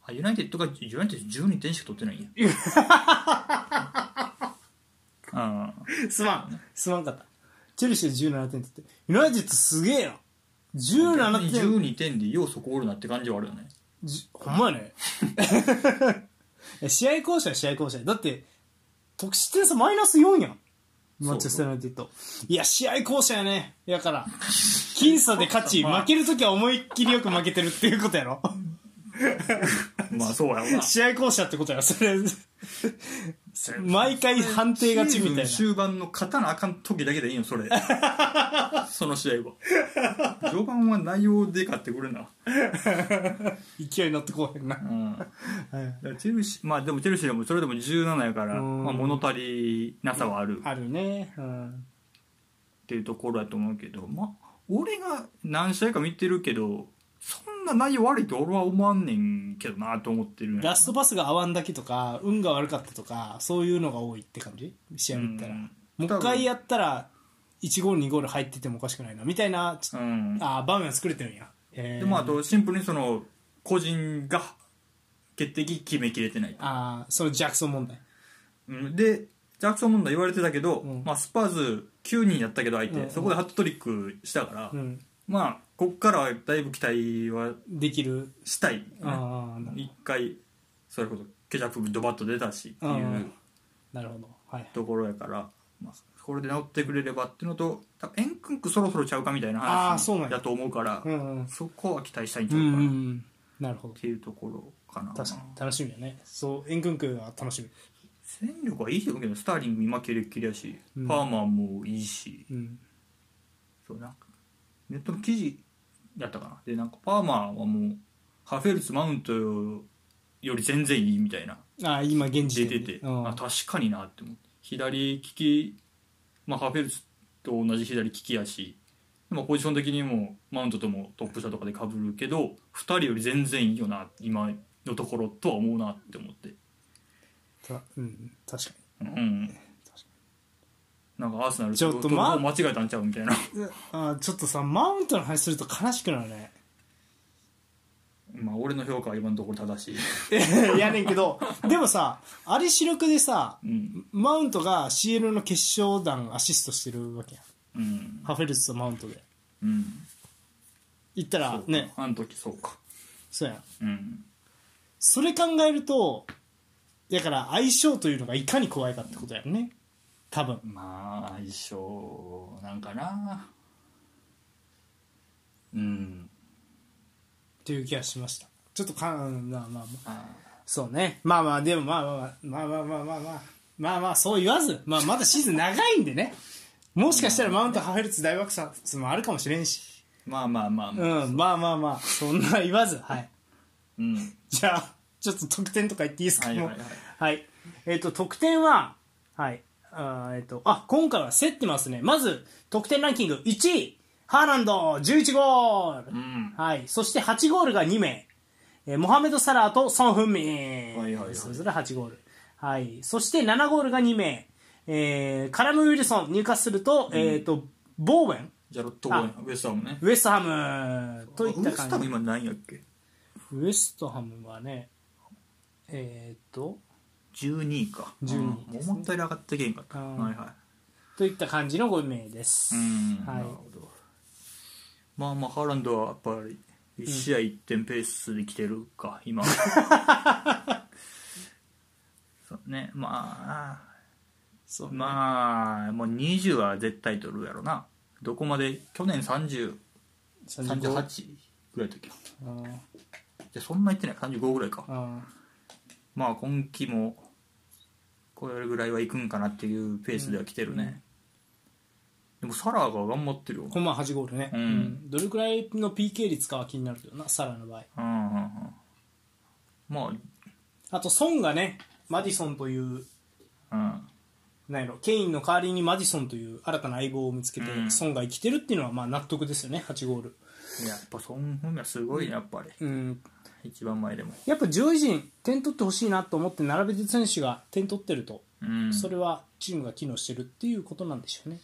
S2: あユナイテッドがユナイテッド12点しか取ってないんや ああ
S1: ーすまんすまんかったチェルシー17点取ってユナイテッドすげえな17点
S2: 12点でようそこおるなって感じはある よね
S1: じほんまやね え試合交渉は試合交渉やだって得失点差マイナス4やんマンチェスター・ユナイテッドいや試合交渉やねやから僅差で勝ち
S2: まあ
S1: 負けるときは思いっきりよく負けてるっていうことやろ
S2: まあそうやろうな
S1: 試合巧者ってことやそれ毎回判定勝ちみたい
S2: シーズン終盤の勝たなあかん時だけでいい よそれその試合は序盤は内容で勝ってくれな、
S1: な勢い乗ってこうへんな、
S2: うん、だか
S1: はい、
S2: らチェルシーまあでもチェルシーでもそれでも17やから、
S1: うん
S2: まあ、物足りなさはある
S1: あるねうん
S2: っていうところだと思うけどまあ俺が何試合か見てるけどそんな内容悪いと俺は思わんねんけどなと思ってるんや
S1: ラストパスが合わんだけとか運が悪かったとかそういうのが多いって感じ試合見たら、
S2: うん
S1: もう一回やったら1ゴール2ゴール入っててもおかしくないなみたいな、ち
S2: うん
S1: あー場面を作れてるんやへー
S2: でまあ、あとシンプルにその個人が決定的に決めきれてない、
S1: あーそのジャクソン問題
S2: うんでジャクソン問題言われてたけど、
S1: うん
S2: まあ、スパーズ9人やったけど相手、
S1: うん
S2: そこでハットトリックしたから、
S1: うん
S2: まあこっからはだいぶ期待は
S1: できる
S2: したい、ね、
S1: ああ
S2: 一回それこそケチャップドバッと出たしって
S1: う
S2: いうん
S1: なるほどはい
S2: ところやから、まあ、これで治ってくれればっていうのと多分エンクンクそろそろちゃうかみたいな
S1: あーそうなん
S2: 話
S1: や
S2: だと思うからそ
S1: うんうん
S2: こは期待したいんち
S1: う
S2: ゃ
S1: ん
S2: う
S1: うん
S2: か
S1: う
S2: な、っ
S1: んなるほど
S2: ていうところかな
S1: 確かに楽しみだねそうエンクンクは楽し
S2: 戦力はいいけどスターリング今キレッキレやし、
S1: うん
S2: パーマーもいいし
S1: みうん
S2: そうなんかネットの記事やったかなでなんかパーマーはもうハフェルツマウントより全然いいみたいな
S1: あ今現時
S2: 出
S1: 点
S2: て
S1: で
S2: て、
S1: うん、
S2: あ確かになって思って左利き、まあ、ハフェルツと同じ左利きやしまあポジション的にもマウントともトップ下とかでかぶるけど2人より全然いいよな今のところとは思うなって思って
S1: たうん確か
S2: うんなんかアーセナル
S1: ちょっと
S2: ドド
S1: ま
S2: 間違えたんちゃうみたいな
S1: にあちょっとさマウントの話すると悲しくなるね
S2: まあ俺の評価は今のところ正しい、
S1: いやねんけどでもさあれ主力でさ
S2: うん
S1: マウントが CL の決勝弾アシストしてるわけやん
S2: うん
S1: ハフェルツとマウントで
S2: うん
S1: 言った
S2: そ
S1: ら
S2: うか
S1: ね
S2: あの時そうか
S1: そうやん
S2: うん
S1: それ考えるとだから相性というのがいかに怖いかってことやんね多分
S2: まあ相性なんかなうん
S1: っていう気がしましたちょっとかうんまあまあまあ
S2: あ
S1: そうね。まあまあ、でもまあまあまあ、まあまあまあまあまあ、まあまあ、そう言わず、まあまだシーズン長いんでね。もしかしたらマウントハフェルツ大爆発もあるかもしれんし。
S2: まあまあまあ
S1: う
S2: まあ
S1: ん、まあまあまあ、そんな言わず、はい。
S2: うん、
S1: じゃあ、ちょっと得点とか言っていいですか、
S2: はいはい
S1: もう
S2: はい
S1: はい。えっ、と、得点は、はい。あーえっ、と、あ、今回は競ってますね。まず、得点ランキング1位、ハーランド11ゴール。
S2: うん
S1: はい、そして8ゴールが2名、えーモハメド・サラーとソン・フンミン、
S2: はいはいはい
S1: それぞれ8ゴール、はい、そして7ゴールが2名、えーカラム・ウィルソン、入荷すると,、えー、とボーウェン、
S2: じゃあロットボーイウエストハムね
S1: ウエストハムといっ
S2: ウ
S1: た
S2: エストハ
S1: 感
S2: ム
S1: じ
S2: 今何やっけ
S1: ウエストハムはね、えー、と
S2: 12位か
S1: 12位
S2: うん思ったより上がってけんかった
S1: あー
S2: はいはい
S1: といった感じの5名です。
S2: うん
S1: はい
S2: なるほどまあまあハーランドはやっぱり1試合1点ペースで来てるか、 今そうねま
S1: そ
S2: あ
S1: う
S2: まあもう20は絶対取るやろなどこまで去年30
S1: 35
S2: 38ぐらいだっけ
S1: うん
S2: じゃそんな言ってない35ぐらいか
S1: うん
S2: まあ今季もこれぐらいはいくんかなっていうペースでは来てるね、でもサラーが頑張ってるよ
S1: この前8ゴールね、
S2: うん
S1: どれくらいの PK 率かは気になるけどなサラの場合
S2: うんうんうんま
S1: あとソンがねマディソンという
S2: あ
S1: なんやろケインの代わりにマディソンという新たな相棒を見つけて、
S2: うん
S1: ソンが生きてるっていうのはまあ納得ですよね8ゴール、
S2: うんやっぱソン・フンがすごいねやっぱり
S1: うん、
S2: 一番前でも
S1: やっぱ上位陣点取ってほしいなと思って並べてる選手が点取ってると、
S2: うん
S1: それはチームが機能してるっていうことなんでしょうね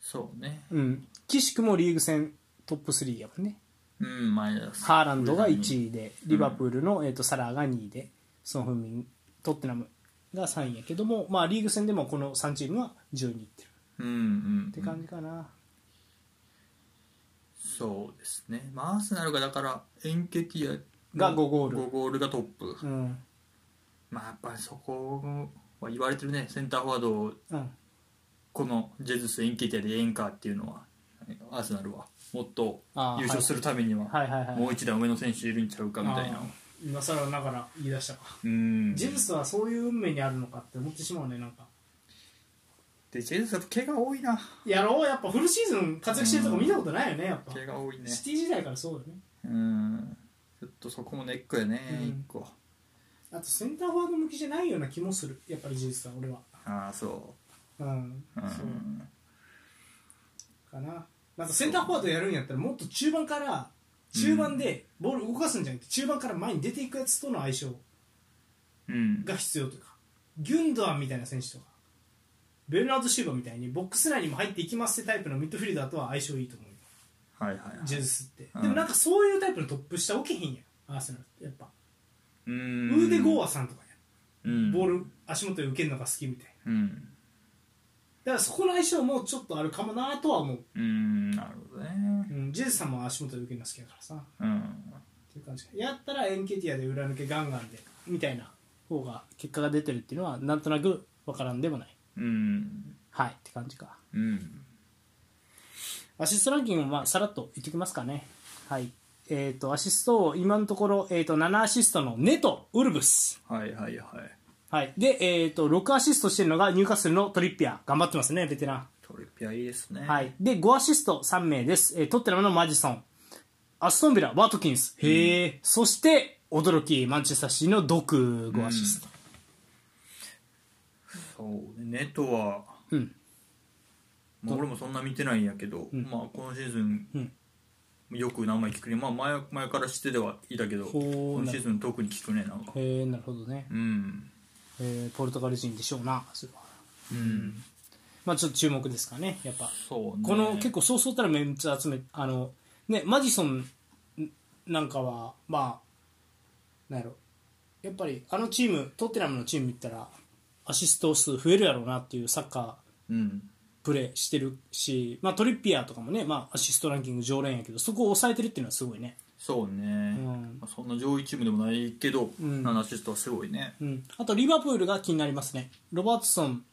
S2: そうね
S1: うん岸くもリーグ戦トップ3やもんね
S2: うん前だ
S1: ハーランドが1位でリバプールの、えー、とサラーが2位でソン・フンミントッテナムが3位やけども、まあ、リーグ戦でもこの3チームは上位にいってる
S2: うんうんうん
S1: って感じかな、
S2: そうですね、まあ、アーセナルがだからエンケティア
S1: が5ゴール
S2: 5ゴールがトップ、
S1: うんうん
S2: まあやっぱりそこは言われてるねセンターフォワードをこのジェズスエンケティアでええんかっていうのはアーセナルはもっと
S1: あー
S2: 優勝するためには
S1: はいはいはい
S2: もう一段上の選手いるんちゃうかみたいな
S1: あー
S3: 今更ながら言い出したか
S2: うん
S3: ジェズスはそういう運命にあるのかって思ってしまうねなんか
S2: でジェズスやっぱ怪我多いな
S3: やろうやっぱフルシーズン活躍してるとこ見たことないよねやっぱ、
S2: 怪我多いね
S3: シティ時代からそうよね
S2: うんちょっとそこもネックやね
S3: うん
S2: 一個
S3: あとセンターフォワード向きじゃないような気もするやっぱりジェズスは俺は
S2: ああそ
S3: うん、
S2: ううん
S3: そうかなまたセンターフォワードやるんやったらもっと中盤から中盤でボール動かすんじゃなくて中盤から前に出ていくやつとの相性
S2: うん
S3: が必要というかギュンドアンみたいな選手とかベルナード・シューバーみたいにボックス内にも入っていきますってタイプのミッドフィルダーとは相性いいと思うよ
S2: はいはいはい
S3: ジェズスって
S2: うん
S3: でもなんかそういうタイプのトップ下置けへんやんアーセナルってやっぱ
S2: う
S3: ウ
S2: ん
S3: ーデ・ゴーアさんとかや
S2: うん
S3: んボール足元で受けるのが好きみたいな
S2: うん
S3: だからそこの相性もちょっとあるかもなとは思う、
S2: うんなるほどね
S3: うん、ジェズスさんも足元で受けるの好きだからさっ
S2: うん
S3: ていう感じかやったらエンケティアで裏抜けガンガンでみたいな
S1: 方が結果が出てるっていうのはなんとなくわからんでもない
S2: うん
S1: はいって感じか
S2: うん
S1: アシストランキングもまあさらっと言ってきますかねはいえっ、とアシストを今のところ、えー、と7アシストのネト・ウルブス
S2: はいはいはい
S1: はいで、えー、と6アシストしてるのがニューカッスルのトリッピア頑張ってますねベテラン
S2: トリピアいいですね
S1: はい、で5アシスト3名です、えートッテナムのマジソンアストンビラワトキンスへえ、そして驚きマンチェスターシティのドク5アシスト、
S2: そうねネトは
S1: うん
S2: まあ俺もそんな見てないんやけど、
S1: ん
S2: まあこのシーズン、
S1: うん
S2: よく名前聞くねまあ前前から知ってではいたけど
S1: ほう
S2: このシーズン特に聞くねなんか
S1: へえなるほどね、
S2: うん
S1: えーポルトガル人でしょうなそれは
S2: うん
S1: まあちょっと注目ですかねやっぱ
S2: そうね
S1: この結構そうそうたらめっちゃ集めあのねマジソンなんかはまあなんやろやっぱりあのチームトッテナムのチーム見たらアシスト数増えるやろうなっていうサッカー
S2: うん
S1: プレーしてるし、まあ、トリッピアーとかもね、まあ、アシストランキング常連やけどそこを抑えてるっていうのはすごいね、
S2: そうね、
S1: ん
S2: まあ、そんな上位チームでもないけど、
S1: ん
S2: 7アシストはすごいね
S1: うん、あとリバプールが気になりますねロバートソン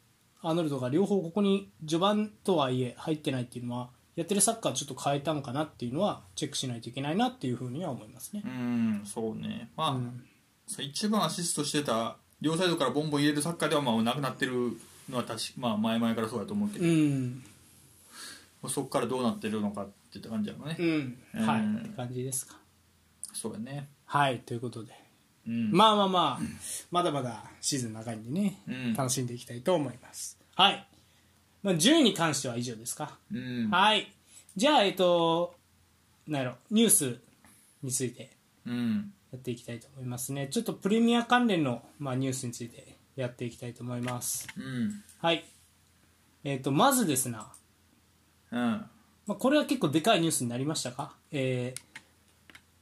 S1: アーノルドが両方ここに序盤とはいえ入ってないっていうのはやってるサッカーちょっと変えたのかなっていうのはチェックしないといけないなっていうふうには思いますね
S2: う、んそうねまあ、さ一番アシストしてた両サイドからボンボン入れるサッカーではまあなくなってるのは確かまあ前々からそうだと思うけど、
S1: うん
S2: まあそこからどうなってるのかっていった感じやろね、
S1: うんはい、
S2: うん
S1: って感じですか
S2: そうやね
S1: はいということで
S2: うん
S1: まあまあまあまだまだシーズン長いんでね、
S2: うん
S1: 楽しんでいきたいと思いますはい、まあ、順位に関しては以上ですか
S2: うん
S1: はい。じゃあ、えっと、なんやろ、ニュースについて
S2: うん
S1: やっていきたいと思いますね。ちょっとプレミア関連の、まあ、ニュースについてやっていきたいと思います。
S2: うん
S1: はい。えっと、まずですな、
S2: うん
S1: まあ、これは結構でかいニュースになりましたかえー、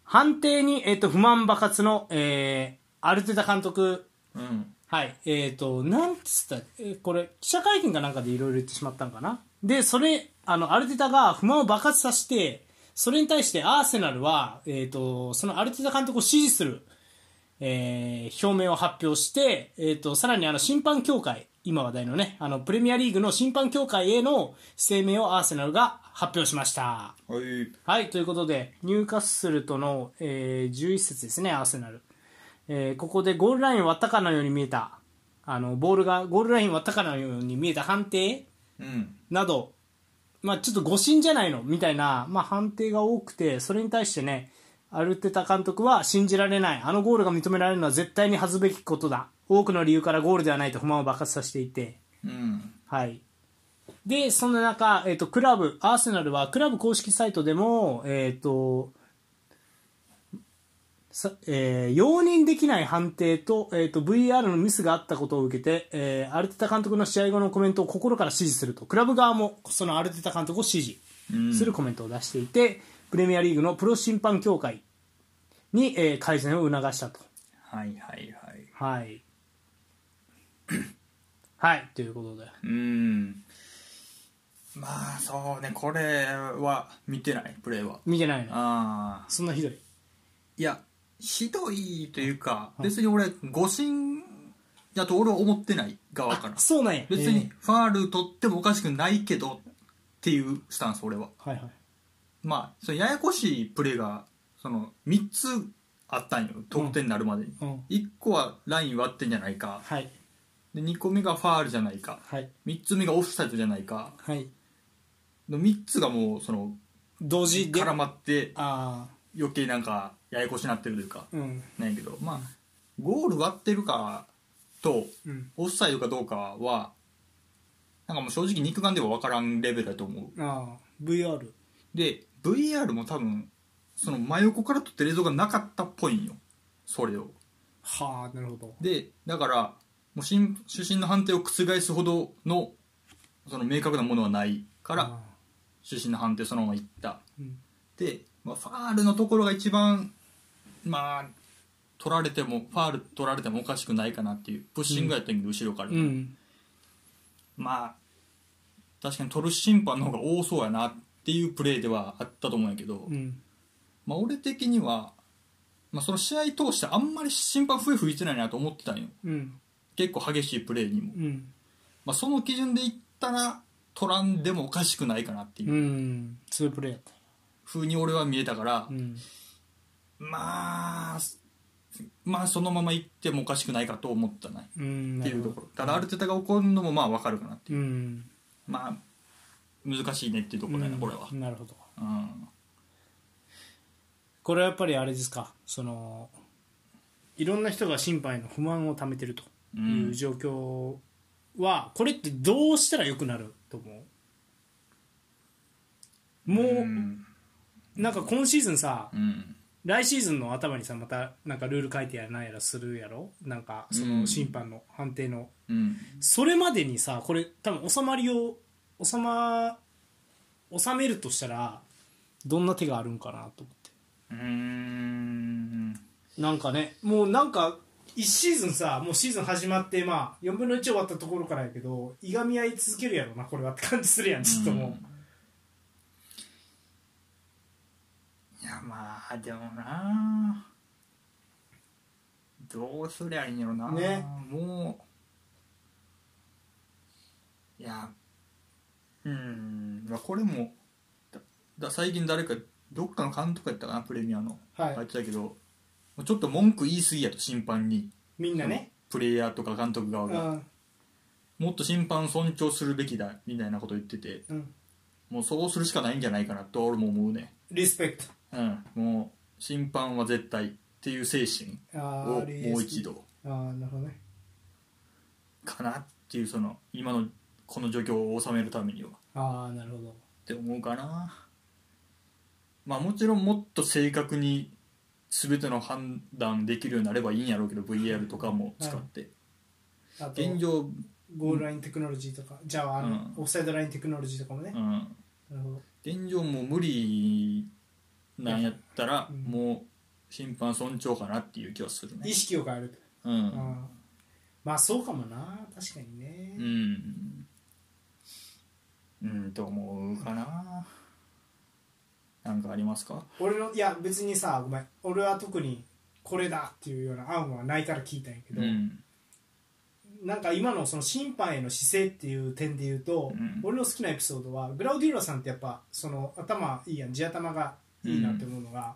S1: 判定に、えっと、不満爆発の、えー、アルテタ監督、
S2: うん
S1: はい。えっ、と、なんつった、えーこれ、記者会見かなんかでいろいろ言ってしまったのかな。で、それ、あの、アルティタが不満を爆発させて、それに対してアーセナルは、えっ、と、そのアルティタ監督を支持する、えー表明を発表して、えっ、と、さらにあの、審判協会、今話題のね、あの、プレミアリーグの審判協会への声明をアーセナルが発表しました。
S2: はい。
S1: はい、ということで、ニューカッスルとの、えー11節ですね、アーセナル。えーここでゴールラインを割ったかのように見えた、あの、ボールがゴールラインを割ったかのように見えた判定
S2: うん。
S1: など、まあ、ちょっと誤審じゃないのみたいな、まあ、判定が多くてそれに対してねアルテタ監督は信じられないあのゴールが認められるのは絶対に恥ずべきことだ多くの理由からゴールではないと不満を爆発させていて、
S2: うん。
S1: はい、でそんな中、えっとクラブアーセナルはクラブ公式サイトでも、えっとさえー容認できない判定と,、えー、と VR のミスがあったことを受けて、えーアルテタ監督の試合後のコメントを心から支持するとクラブ側もそのアルテタ監督を支持
S2: うん
S1: するコメントを出していて、プレミアリーグのプロ審判協会に、えー改善を促したと。
S2: はいはいは
S1: は
S2: い。
S1: い、 はい、ということで。
S2: うん。まあそうね、これは見てない、プレーは。
S1: 見てないな
S2: ああ。
S1: そんなひどい
S2: いや、ひどいというか、別に俺、誤審だと俺は思ってない側から。
S1: そうなんや
S2: 別
S1: え
S2: に
S1: ー
S2: ファール取ってもおかしくないけどっていうスタンス、俺は。
S1: はいはい
S2: まあ、そのややこしいプレーが、その、3つあったんよ、得点になるまでに。
S1: うん
S2: 1個はライン割ってんじゃないか。
S1: はい
S2: で、2個目がファールじゃないか。
S1: はい
S2: 3つ目がオフサイドじゃないか。
S1: はい
S2: の3つがもう、その、
S1: 同時で
S2: 絡
S1: あ
S2: まって
S1: あ
S2: 余計なんかややこしになってるというか
S1: ーうん
S2: なんやけどまあゴール割ってるかと
S1: うん
S2: オフサイドかどうかはなんかもう正直肉眼では分からんレベルだと思う
S1: ああ VR
S2: で VR も多分その真横から撮ってる映像がなかったっぽいんよそれを
S1: はあなるほど
S2: でだからもう審主審の判定を覆すほどのその明確なものはないから
S1: あ
S2: 主審の判定そのままいった
S1: ーうん
S2: で、まあ、ファールのところが一番まあ取られてもファール取られてもおかしくないかなっていうプッシングやったんやけど、後ろから、
S1: うん
S2: まあ確かに取る審判の方が多そうやなっていうプレーではあったと思うんやけど、
S1: うん
S2: まあ、俺的には、まあ、その試合通してあんまり審判笛吹いてないなと思ってたんよ
S1: うん
S2: 結構激しいプレーにも、
S1: うん
S2: まあ、その基準でいったら取らんでもおかしくないかなっていううん
S1: そういうプレーやった
S2: 風に俺は見えたから、
S1: うん
S2: まあ、まあそのまま行ってもおかしくないかと思ったなっ
S1: うん
S2: て
S1: ないる
S2: う
S1: ほ
S2: と
S1: ど
S2: ころただアルテタが怒るのもまあわかるかなって
S1: うん
S2: まあ難しいねっていうところだよ
S1: う
S2: ね
S1: ん
S2: これは
S1: なるほど
S2: うん
S1: これはやっぱりあれですかそのいろんな人が審判への不満をためてると
S2: う
S1: い
S2: ん
S1: う状況はこれってどうしたら良くなると思うもう、
S2: うん
S1: なんか今シーズンさ
S2: うん
S1: 来シーズンの頭にさまたなんかルール改定やらなんやらするやろなんかそうの
S2: ん
S1: 審判の判定の、
S2: うん
S1: それまでにさこれ多分収まりを収ま収めるとしたらどんな手があるんかなと思って
S2: うん
S1: なんかねもうなんか1シーズンさもうシーズン始まってまあ4分の1終わったところからやけどいがみ合い続けるやろなこれはって感じするやんちょっとも
S2: いやまあでもなどうすりゃいいんやろな、
S1: ね
S2: もういやうんまあこれもだだ最近誰かどっかの監督やったかなプレミアの、
S1: う、は
S2: あ
S1: い
S2: いつだけどもうちょっと文句言い過ぎやと審判に
S1: みんなね
S2: プレイヤーとか監督側
S1: う
S2: が、
S1: ん
S2: もっと審判尊重するべきだみたいなこと言ってて
S1: うん
S2: もうそうするしかないんじゃないかなと俺も思うね
S1: リスペク
S2: うん、もう審判は絶対っていう精神
S1: トあ
S2: を
S1: ー RSP
S2: もう一度
S1: あーなるほどね
S2: かなっていうその今のこの状況を収めるためにはっ
S1: ああなるほど
S2: て思うかなまあもちろんもっと正確に全ての判断できるようになればいいんやろうけど VR とかも使って、
S1: あと
S2: 現状、
S1: ゴールラインテクノロジーとか、じゃああの、
S2: うん
S1: オフサイドラインテクノロジーとかもね
S2: う、ん、
S1: なるほど
S2: 現状もう無理なんやったら
S1: うん
S2: もう審判尊重かなっていう気はするね
S1: 意識を変えると、
S2: う
S1: うんんまあそうかもな確かにね、
S2: うん、うん、と思うかな。なんかありますか
S1: 俺のいや別にさごめん俺は特にこれだっていうような案はないから聞いたんやけど、
S2: ん。
S3: なんか今のその審判への姿勢っていう点で言うと、
S2: うん
S3: 俺の好きなエピソードはグラウディーラさんってやっぱその頭いいやん地頭がいいなって思うのが、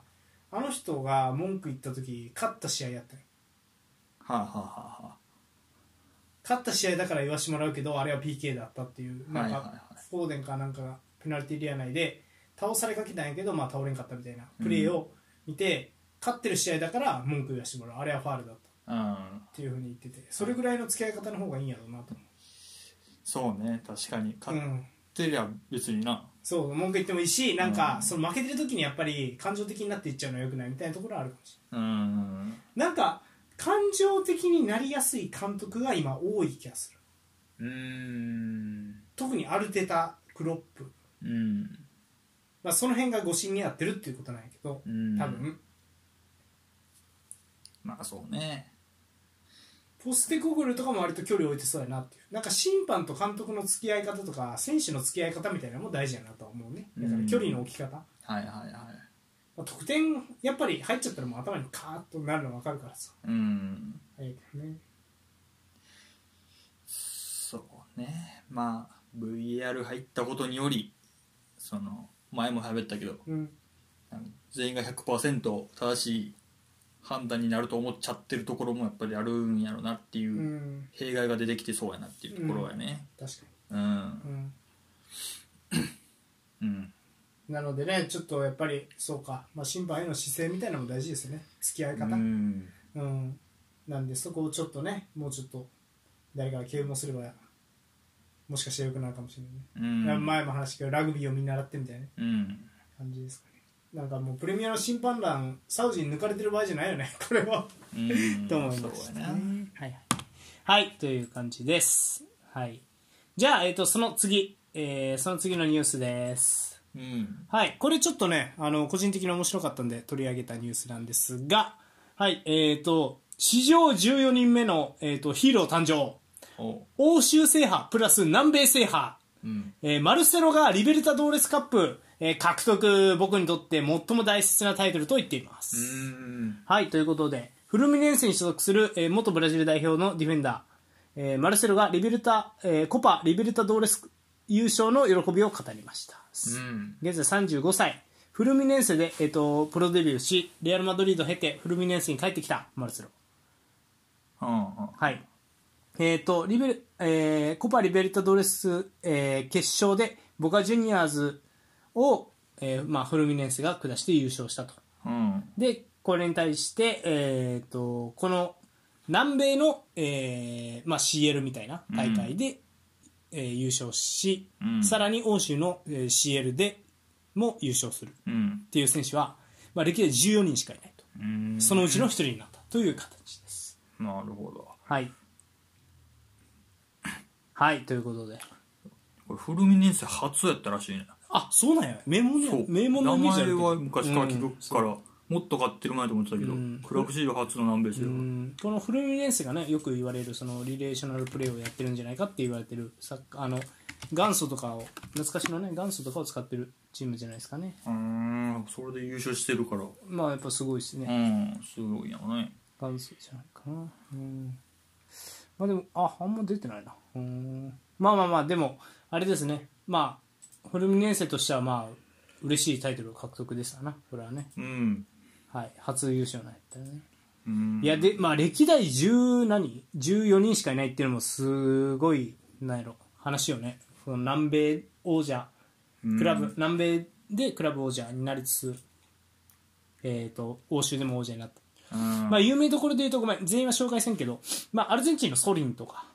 S3: あの人が文句言った時勝った試合やったね
S2: はあ、はあはあはあ、
S3: 勝った試合だから言わしてもらうけどあれは PK だったっていうなん
S2: はいはいは
S3: か
S2: い
S3: フォーデンかなんかがペナルティーエリア内で倒されかけたんやけど、まあ、倒れんかったみたいなプレーを見て、勝ってる試合だから文句言わしてもらうあれはファールだった
S2: うん
S3: っていうふうに言っててそれぐらいの付き合い方の方がいいんやろうなと
S2: そうね確かに勝
S3: 思う、う
S2: っ
S3: ん、
S2: てりゃ別にな、
S3: そう文句言ってもいいしなん
S2: う
S3: か
S2: ん
S3: その負けてる時にやっぱり感情的になっていっちゃうのはよくないみたいなところはあるかもし
S2: うん、うん
S3: れないなんか感情的になりやすい監督が今多い気がする
S2: うん
S3: 特にアルテタクロップ、
S2: うん
S3: まあ、その辺が誤信になってるっていうことなんやけど
S2: うん
S3: 多分
S2: まあそうね
S3: ポステコグルとかも割と距離置いてそうやなっていうなんか審判と監督の付き合い方とか選手の付き合い方みたいなのも大事やなとは思うねだから距離の置き方、
S2: はいはいは
S3: まあ、得点やっぱり入っちゃったらもう頭にカーッとなるの分かるからさ
S2: いうん
S3: 早いからね
S2: そうねまあ VAR 入ったことによりその前も喋ったけど
S3: うん
S2: あの全員が100%正しい判断になると思っちゃってるところもやっぱりあるんやろなっていううん弊害が出てきてそうやなっていうところやね
S3: 確か
S2: うん
S3: に、うん、
S2: うん
S3: なのでねちょっとやっぱりそうか、まあ、審判への姿勢みたいなのも大事ですよね付き合い方
S2: う
S3: うん、
S2: ん
S3: なんでそこをちょっとねもうちょっと誰かが啓蒙すればもしかしたらよくなるかもしれないね
S2: うん
S3: 前も話したけどラグビーをみんな習ってみたいな
S2: うん
S3: 感じですかねなんかもうプレミアの審判団サウジに抜かれてる場合じゃないよね これは
S2: うん
S3: と思います
S2: そうやな
S1: はい、はい、という感じです、はい、じゃあ、えー、とその次、えーその次のニュースです
S2: うん
S1: はい、これちょっとねあの個人的に面白かったんで取り上げたニュースなんですが、はいえー、と史上14人目の、えー、とヒーロー誕生
S2: お
S1: 欧州制覇プラス南米制覇、
S2: うん
S1: えーマルセロがリベルタドーレスカップ、えー獲得僕にとって最も大切なタイトルと言っています、
S2: うん
S1: はい、ということで、フルミネンセに所属する、えー元ブラジル代表のディフェンダー、えーマルセロがリベルタ、えーコパ・リベルタドーレス優勝の喜びを語りました。
S2: うん
S1: 現在35歳、フルミネンセで、えー、とプロデビューし、レアル・マドリードを経てフルミネンセに帰ってきたマルセロ。
S2: は
S1: はい。えっ、と、リベル、えーコパ・リベルタドレス、えー決勝で、ボカ・ジュニアーズを、えーまあ、フルミネンセが下して優勝したと。
S2: あうん
S1: で、これに対して、えっ、と、この、南米の、えーまあ、CL みたいな大会で、えー優勝し、
S2: うん
S1: さらに欧州の、えー CL でも優勝するっ
S2: うん
S1: ていう選手は、まあ、歴代14人しかいないと。
S2: うん
S1: そのうちの1人になったという形です。
S2: なるほど
S1: はい。はい、ということで。
S2: これフルミネンセ初やったらしいね
S1: あ、そうなんや。名門
S2: そ
S1: ね
S2: う。
S1: 名門のイ
S2: 名
S1: メージあ
S2: 前
S1: るけど
S2: は昔から聞
S1: うん
S2: くからもっと買ってる前と思ってたけど
S1: うん
S2: クラブ史上初の南米
S1: う
S2: 戦
S1: んこのフルミネンスがね、よく言われる、そのリレーショナルプレーをやってるんじゃないかって言われてる、サッカーあの、元祖とかを、懐かしのね、元祖とかを使ってるチームじゃないですかね。
S2: うんそれで優勝してるからう
S1: まあ、やっぱすごいですね。
S2: んすごいやろね
S1: 元祖じゃないかな。うん。まあでも、あ、あんま出てないな。うん。まあまあまあ、でも、あれですね。まあ、フルミネンセとしては、まあ、嬉しいタイトルを獲得でしたな。これはね。
S2: うん
S1: はい、初優勝なんやったよね。
S2: うん
S1: いやで、まあ、歴代10何14人しかいないっていうのもすごいなんやろ話よねその南米王者クラブ、南米でクラブ王者になりつつ、えー、と欧州でも王者になった、
S2: うん
S1: まあ、有名どころで言うとごめん全員は紹介せんけど、まあ、アルゼンチンのソリンとか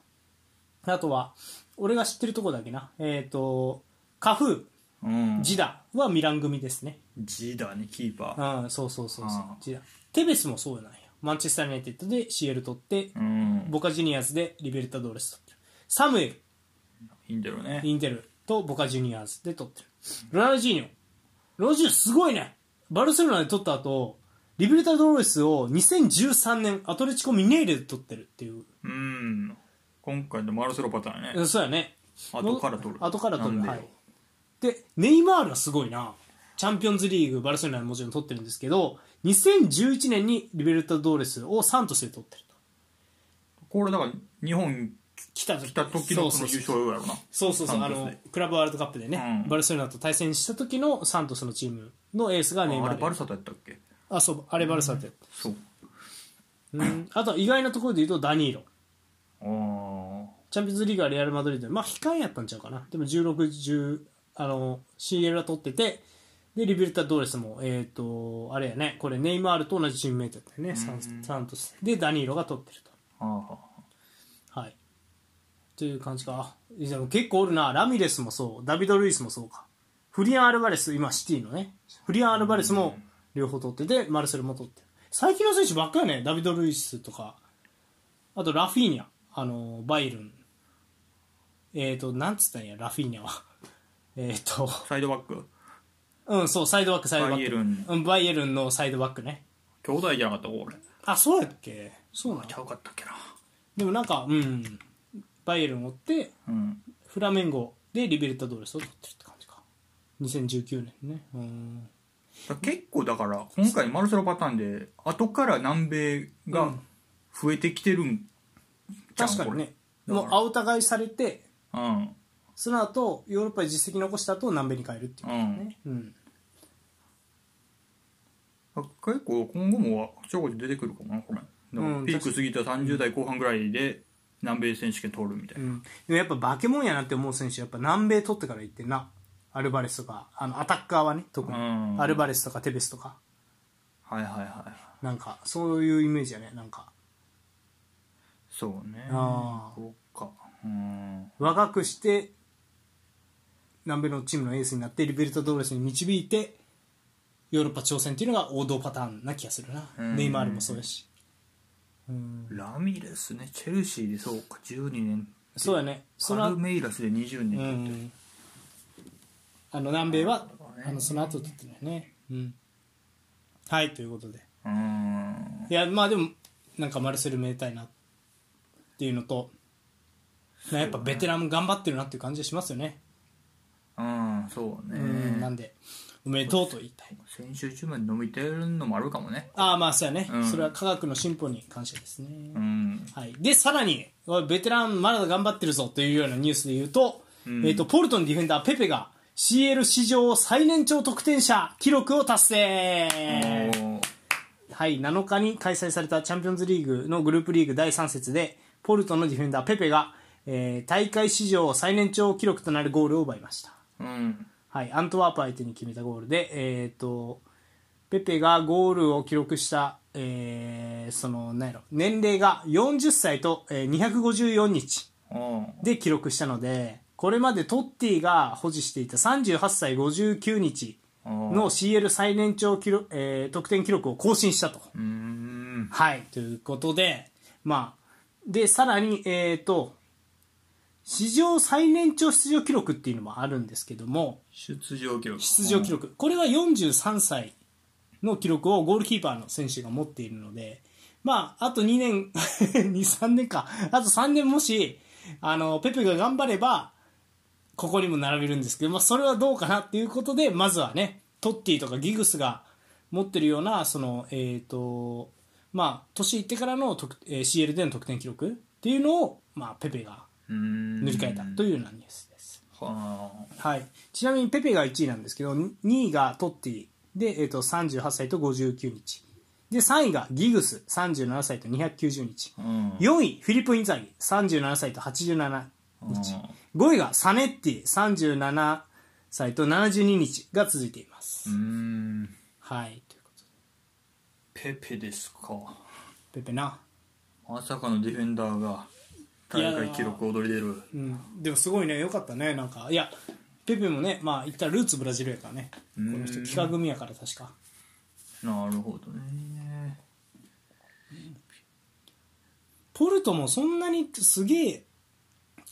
S1: あとは俺が知ってるとこだけな、えー、とカフー
S2: うん
S1: ジダはミラン組ですね
S2: ジだねキーパ
S1: うん、そうそうそうそう
S2: ああ
S1: 違うテベスもそうなんやマンチェスター・ユナイテッドで CL 取って
S2: ーうん
S1: ボカジュニアーズでリベルタドーレス取ってるサムエル
S2: いいんだろうね
S1: インテルとボカジュニアーズで取ってるロナウジーニョロナウジーニョすごいねバルセロナで取った後リベルタドーレスを2013年アトレチコ・ミネイレで取ってるっていう、
S2: うん今回のマルセロパターン
S1: う
S2: ね
S1: ん、そうやね
S2: 後から取る
S1: 後から取る
S2: 南米を
S1: はいでネイマールはすごいなチャンピオンズリーグバルセロナでもちろん取ってるんですけど2011年にリベルタドーレスをサントスで取ってると
S2: これだから日本
S1: 来た時
S2: 来た時の
S1: そ
S2: その
S1: うそう
S2: 優勝やろうな
S1: そうそうそう、
S2: サ
S1: あ
S2: ントス
S1: の
S2: で
S1: クラブワールドカップでね、
S2: うん
S1: バルセロナと対戦した時のサントスのチームのエースがネイ
S2: あ
S1: マ
S2: あれ
S1: ー
S2: バル
S1: ル
S2: サとやったっけ
S1: あそうあれバルサで、
S2: そう
S1: うん、あとは意外なところで言うとダニーロ
S2: ああ
S1: チャンピオンズリーグはレアル・マドリードでまあ悲観やったんちゃうかなでも16、10あの CL は取っててでリベルタ・ドーレスもえっ、とあれやねこれネイマールと同じチームメイトだったよねサンサントスでダニーロが取ってると
S2: ああ
S1: はいという感じかあでも結構おるなラミレスもそうダビド・ルイスもそうかフリアン・アルバレス今シティのねフリアン・アルバレスも両方取っててマルセルも取ってる最近の選手ばっかりねダビド・ルイスとかあとラフィーニャあのバイエルンえっ、となんつったんやラフィーニャは えっと
S2: サイドバック
S1: うんそうサイドバックサイドバック
S2: バイエルン
S1: うん、バイエルンのサイドバックね
S2: 兄弟じゃなかった俺
S1: あそうやっけそうなん
S2: ち
S1: や
S2: ゃうかったっけな
S1: でもなんかうんバイエルン追って
S2: うん
S1: フラメンゴでリベルタドーレスを取ってるって感じか2019年ねうん
S2: だから結構だから今回マルセロパターンで後から南米が増えてきてるんちゃう
S1: 確かにね
S2: これ
S1: もう青互いされて
S2: これうん
S1: その後ヨーロッパで実績残した後南米に帰るっていう
S2: う
S1: ね、
S2: ん
S1: うん、
S2: 結構今後もちょこちょこ出てくるかもなこれだから
S1: うん
S2: ピーク過ぎた30代後半ぐらいで南米選手権取るみたいうな、
S1: ん、でもやっぱ化け物やなって思う選手やっぱ南米取ってから行ってんなアルバレスとかあのアタッカーはね特に
S2: うん
S1: アルバレスとかテベスとか
S2: はいはいはい
S1: なんかそういうイメージやねなんか
S2: そうね
S1: あー
S2: そうかうん
S1: 若くして南米のチームのエースになってリベルタドーレスに導いてヨーロッパ挑戦っていうのが王道パターンな気がするな
S2: うん
S1: ネイマールもそうやしうん
S2: ラミレスねチェルシーでそうか12年
S1: そうやねその
S2: パ
S1: あ
S2: ルメイラスで20
S1: う
S2: 年
S1: んあの南米は
S2: ね
S1: あのその後だったんだよねうんはいということで
S2: うん
S1: いやまあでもなんかマルセルめでたいなっていうのとなやっぱベテランも頑張ってるなっていう感じがしますよね
S2: うんそう
S1: う
S2: ね
S1: んなんでおめでとうと言いたい
S2: 先週中まで伸びてるのもあるかもね
S1: ああまあそうやね、
S2: うん
S1: それは科学の進歩に感謝ですね、
S2: うん
S1: はい、でさらにおいベテランまだ頑張ってるぞというようなニュースで言うと,、
S2: ん
S1: えー、とポルトのディフェンダーペペが CL 史上最年長得点者記録を達成、
S2: おー
S1: はい、7日に開催されたチャンピオンズリーグのグループリーグ第3節でポルトのディフェンダーペペが、えー大会史上最年長記録となるゴールを奪いました
S2: うん
S1: はい、アントワープ相手に決めたゴールで、えー、とペペがゴールを記録した、えーそのなんやろ年齢が40歳と、えー254日
S2: おー
S1: で記録したのでこれまでトッティが保持していた38歳59日の CL 最年長記録、えー得点記録を更新したと。
S2: うーん
S1: はい、ということで、まあ、で、さらに、えっ、と、史上最年長出場記録っていうのもあるんですけども、
S2: 出場記録
S1: 出場記録、これは43歳の記録をゴールキーパーの選手が持っているので、まあ、あと2年、2、3年か、あと3年もし、あの、ペペが頑張れば、ここにも並べるんですけど、まあ、それはどうかなっていうことで、まずはね、トッティとかギグスが持ってるような、その、えっ、と、まあ、年いってからの得、えー CL での得点記録っていうのを、まあ、ペペが
S2: うん
S1: 塗り替えたというようなニュースです。
S2: は
S1: はい、ちなみにペペが1位なんですけど2位がトッティで、えー、と38歳と59日で3位がギグス37歳と290日
S2: あうん
S1: 4位フィリップ・インザギ37歳と87日
S2: あ
S1: 5位がサネッティ37歳と72日が続いています、
S2: うーん
S1: はいということ
S2: ペペですか
S1: でペペな、
S2: まさかのディフェンダーが大会記録を躍り出る
S1: うん、でもすごいねよかったねなんかいやペペもねまあ言ったらルーツブラジルやからねこ
S2: うん
S1: の人企画組やから確か
S2: なるほどね
S1: ポルトもそんなにすげえ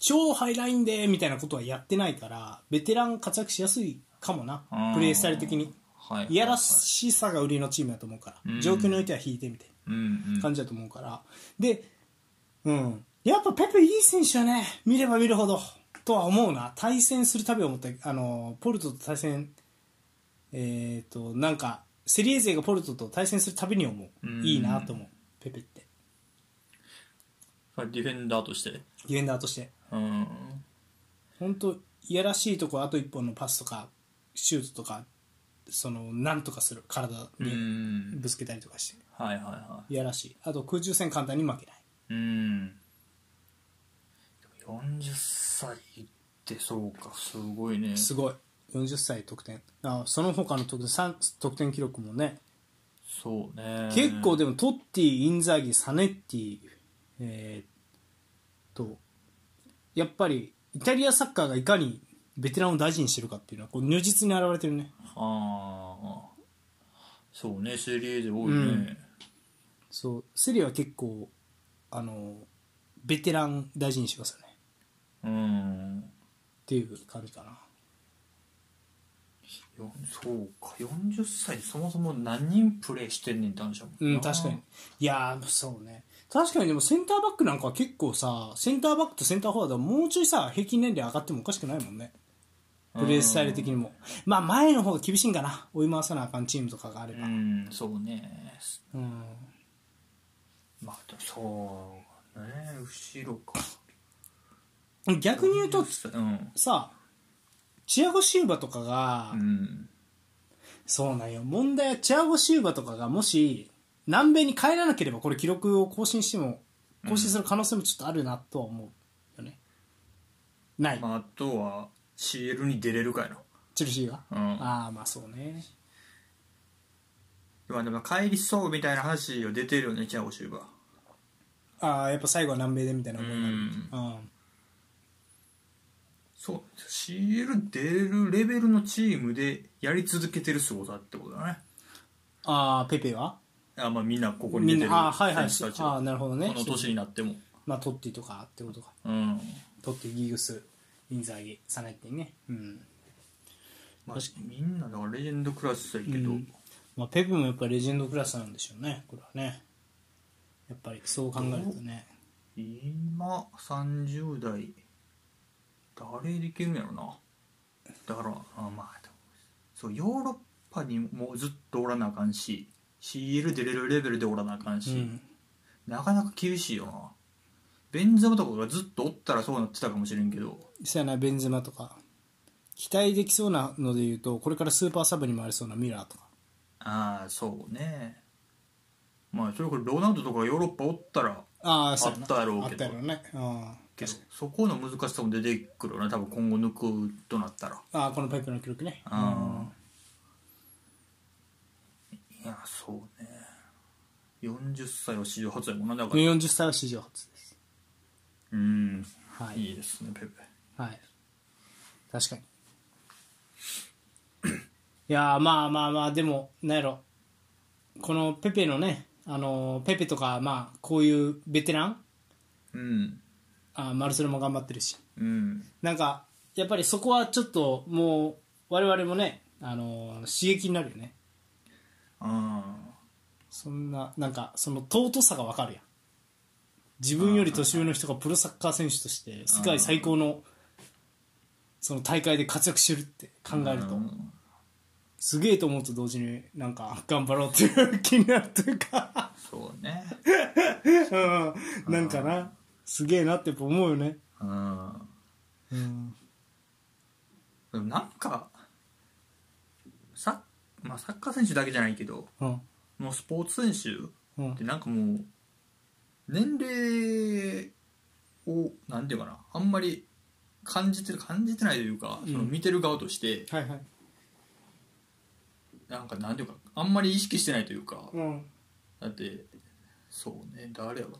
S1: 超ハイラインでみたいなことはやってないからベテラン活躍しやすいかもな
S2: あー
S1: プレースタイル的に
S2: はい
S1: いやらしさが売りのチームだと思うか
S2: うん
S1: ら状況においては引いてみたい
S2: うんうん
S1: な感じだと思うからでうんやっぱペペいい選手はね見れば見るほどとは思うな対戦するたび思ったあのポルトと対戦えっ、となんかセリエ勢がポルトと対戦するたびに思う
S2: うん
S1: いいなと思うペペって
S2: まあディフェンダーとして。
S1: ディフェンダーとして
S2: うん。
S1: 本当いやらしいとこあと一本のパスとかシュートとかそのなんとかする体
S2: う
S1: で
S2: ん。
S1: ぶつけたりとかして、
S2: はいはいはい
S1: やらしいあと空中戦簡単に負けない
S2: い。うん。でも40歳ってそうか、すごいね。
S1: すごい40歳得点あその他の得点さん得点記録もね
S2: そうね。
S1: 結構でもトッティインザーギサネッティえー、とやっぱりイタリアサッカーがいかにベテランを大事にしてるかっていうのはこう如実に表れてるね
S2: ああ。そうね、セリエで多いね。
S1: うんそうセリアは結構あのベテラン大事にしてますよね
S2: うん、
S1: っていう感じかな
S2: よそうか40歳でそもそも何人プレーしてんねんって話だもん
S1: う
S2: な、
S1: ん確かにいやーそうね確かにでもセンターバックなんかは結構さセンターバックとセンターフォワードはもうちょいさ平均年齢上がってもおかしくないもんねプレースタイル的にもまあ前の方が厳しいんかな追い回さなあかんチームとかがあれ
S2: う
S1: ば
S2: んそうね
S1: うん
S2: まあでもそうね後ろか
S1: 逆に言うと
S2: うん、
S1: さチアゴ・シウバとかが、
S2: うん、
S1: そうなんよ問題はチアゴ・シウバとかがもし南米に帰らなければこれ記録を更新しても更新する可能性もちょっとあるなとは思うよね、ない、
S2: まああとは CL に出れるかやろ
S1: チェルシーが、
S2: うん
S1: ああまあそうね
S2: まあでも帰りそうみたいな話を出てるよねチャオシューバー
S1: ああやっぱ最後は南米でみたいな思いがあるうん、
S2: そう CL 出るレベルのチームでやり続けてる凄さってことだね
S1: ああペペは
S2: あまあみんなここに
S1: み
S2: 出
S1: ん
S2: てる
S1: なああはいはいあ
S2: 選手たち
S1: あ
S2: が
S1: なるほどね
S2: この年になっても
S1: まあ、トッティとかってことか
S2: うん
S1: トッティギグスインザーギサネッティねうん、
S2: まあ、みんなだからレジェンドクラスだけど、
S1: うんまあ、ペペもやっぱりレジェンドクラスなんでしょうねこれはねやっぱりそう考えるとね
S2: 今30代誰でいけるんやろなだからあまあでもそうヨーロッパにもずっとおらなあかんし CL 出れるレベルでおらなあかん
S1: う
S2: し、
S1: ん
S2: なかなか厳しいよなベンザムとかがずっとおったらそうなってたかもしれんけど
S1: そうやなベンゼマとか期待できそうなので言うとこれからスーパーサブに回りそうなミラーとか
S2: ああそうねまあそれこそロナウドとかがヨーロッパおったら
S1: ああそうやな
S2: あったやろう
S1: あっ
S2: けど
S1: たやろうねうん
S2: けどそこの難しさも出てくるよね多分今後抜くとなったら
S1: ああこのペペの記録ね
S2: あいやそうね40歳は史上初やもんなだから
S1: 40歳は史上初です
S2: うん
S1: はい
S2: いいですねペペ
S1: はい確かにいやーまあまあまあでもなんやろこのペペのねあのーペペとかまあこういうベテラン
S2: うん
S1: あーマルセロも頑張ってるし
S2: うん
S1: なんかやっぱりそこはちょっともう我々もねあのー刺激になるよね
S2: あ
S1: そんななんかその尊さが分かるやん自分より年上の人がプロサッカー選手として世界最高のその大会で活躍してるって考えると
S2: うん
S1: すげえと思うと同時になんか頑張ろうっていう気になるという か
S2: そうね
S1: うんなんかなすげえなってやっぱ思うよね
S2: うん
S1: うん
S2: でもなんかサッ,、まあ、サッカー選手だけじゃないけど
S1: うん
S2: もうスポーツ選手
S1: うん
S2: ってなんかもう年齢をなんていうかなあんまり感じてる感じてないというか、
S1: うん
S2: その見てる側として
S1: はいはい
S2: なんかなんていうかあんまり意識してないというか、
S1: うん
S2: だってそうね誰やろな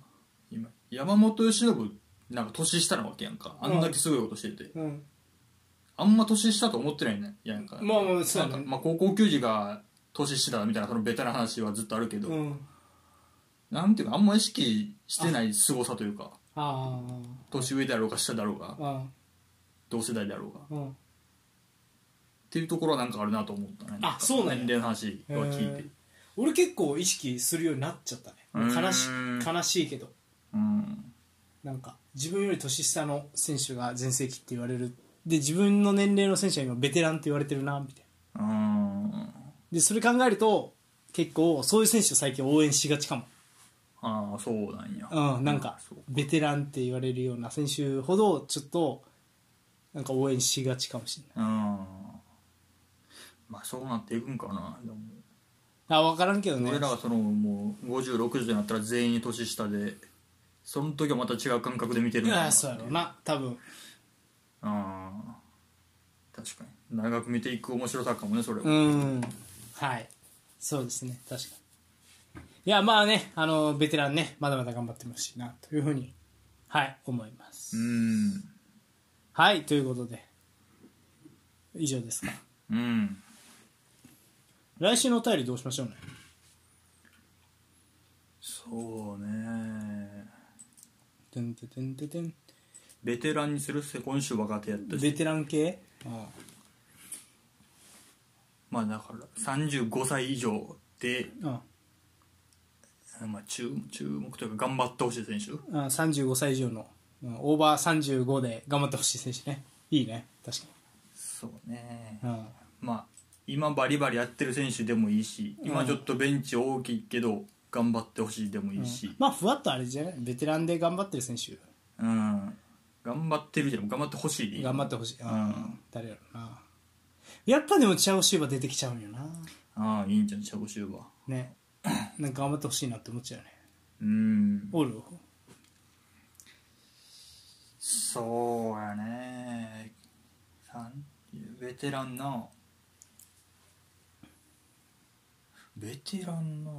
S2: 今山本由伸なんか年下なわけやんかあんだけすごいことしてて、
S1: うん
S2: あんま年下と思ってないねやんか
S1: まあまあそうや
S2: な
S1: ね
S2: んか、まあ、高校球児が年下だみたいなそのベタな話はずっとあるけど、
S1: うん
S2: なんていうかあんま意識してない凄さというか
S1: あ
S2: 年上だろうか下だろうが
S1: あうん
S2: 同世代だろうがっ
S1: うん
S2: ていうところはなんかあるなと思ったね
S1: あそうなんや
S2: 年齢の話は聞い
S1: へ
S2: て
S1: ー俺結構意識するようになっちゃったね悲し
S2: うーん
S1: 悲しいけど
S2: うん
S1: なんか自分より年下の選手が全盛期って言われるで自分の年齢の選手は今ベテランって言われてるなみたいな
S2: うん
S1: でそれ考えると結構そういう選手を最近応援しがちかも
S2: ああそうなんや
S1: うん、なんか
S2: そう
S1: ベテランって言われるような選手ほどちょっとなんか応援しがちかもしれない
S2: うんまあそうなっていくんかなでも
S1: あ分からんけどね
S2: 俺らはそのもう5060になったら全員年下でその時はまた違う感覚で見てるん
S1: い
S2: だ
S1: やそうやろうな多分
S2: あー確かに長く見ていく面白さかもねそれは、
S1: うんはいそうですね確かにいやまあねあのベテランねまだまだ頑張ってほしいなというふうにはい思います、
S2: うん
S1: はいということで以上ですか
S2: うん
S1: 来週のお便りどうしましょうね
S2: そうね
S1: てんてんてんてんてん
S2: ベテランにするって今週若手やった
S1: ベ
S2: し
S1: テラン系うん
S2: まあだから35歳以上で、
S1: うん
S2: まあ、注注目というか頑張ってほしい選手
S1: あ35歳以上の、うんオーバー35で頑張ってほしい選手ねいいね確か
S2: そうね
S1: に、うん、
S2: まあ今バリバリやってる選手でもいいし今ちょっとベンチ大きいけど頑張ってほしいでもいいし、
S1: まあふわっとあれじゃないベテランで頑張ってる選手
S2: うん頑張ってるじゃん頑張ってほしいでいい
S1: 頑張ってほしい、うん
S2: うん
S1: 誰やろなやっぱでもチャオシューバー出てきちゃうんよな
S2: ああいいんじゃんチャゴシューバー
S1: ね なんか頑張ってほしいなって思っちゃうよね
S2: うん
S1: おる
S2: そうやね30ベテランなベテランな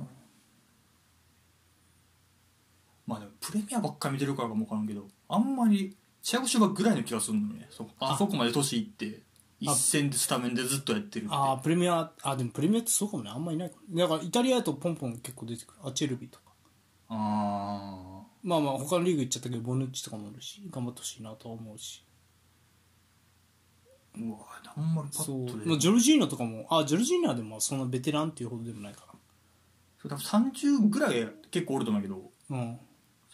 S2: まあでもプレミアばっかり見てるからかも分からんけどあんまりチアゴシュバぐらいの気がするのねそあそこまで年いって一戦でスタメンでずっとやってるって
S1: ああプレミアあでもプレミアってそうかもねあんまいないからだからイタリアだとポンポン結構出てくるアチェルビとか
S2: あ
S1: まあまあ他のリーグ行っちゃったけどボヌッチとかもおるし頑張ってほしいなとは思うし
S2: ーうわあんまりパッ
S1: そう
S2: と出てこない、
S1: まあ、ジョルジーノとかもあジョルジーノはでもそんなベテランっていうほどでもないか
S2: そう多分30ぐらい結構おると思うけど
S1: らうん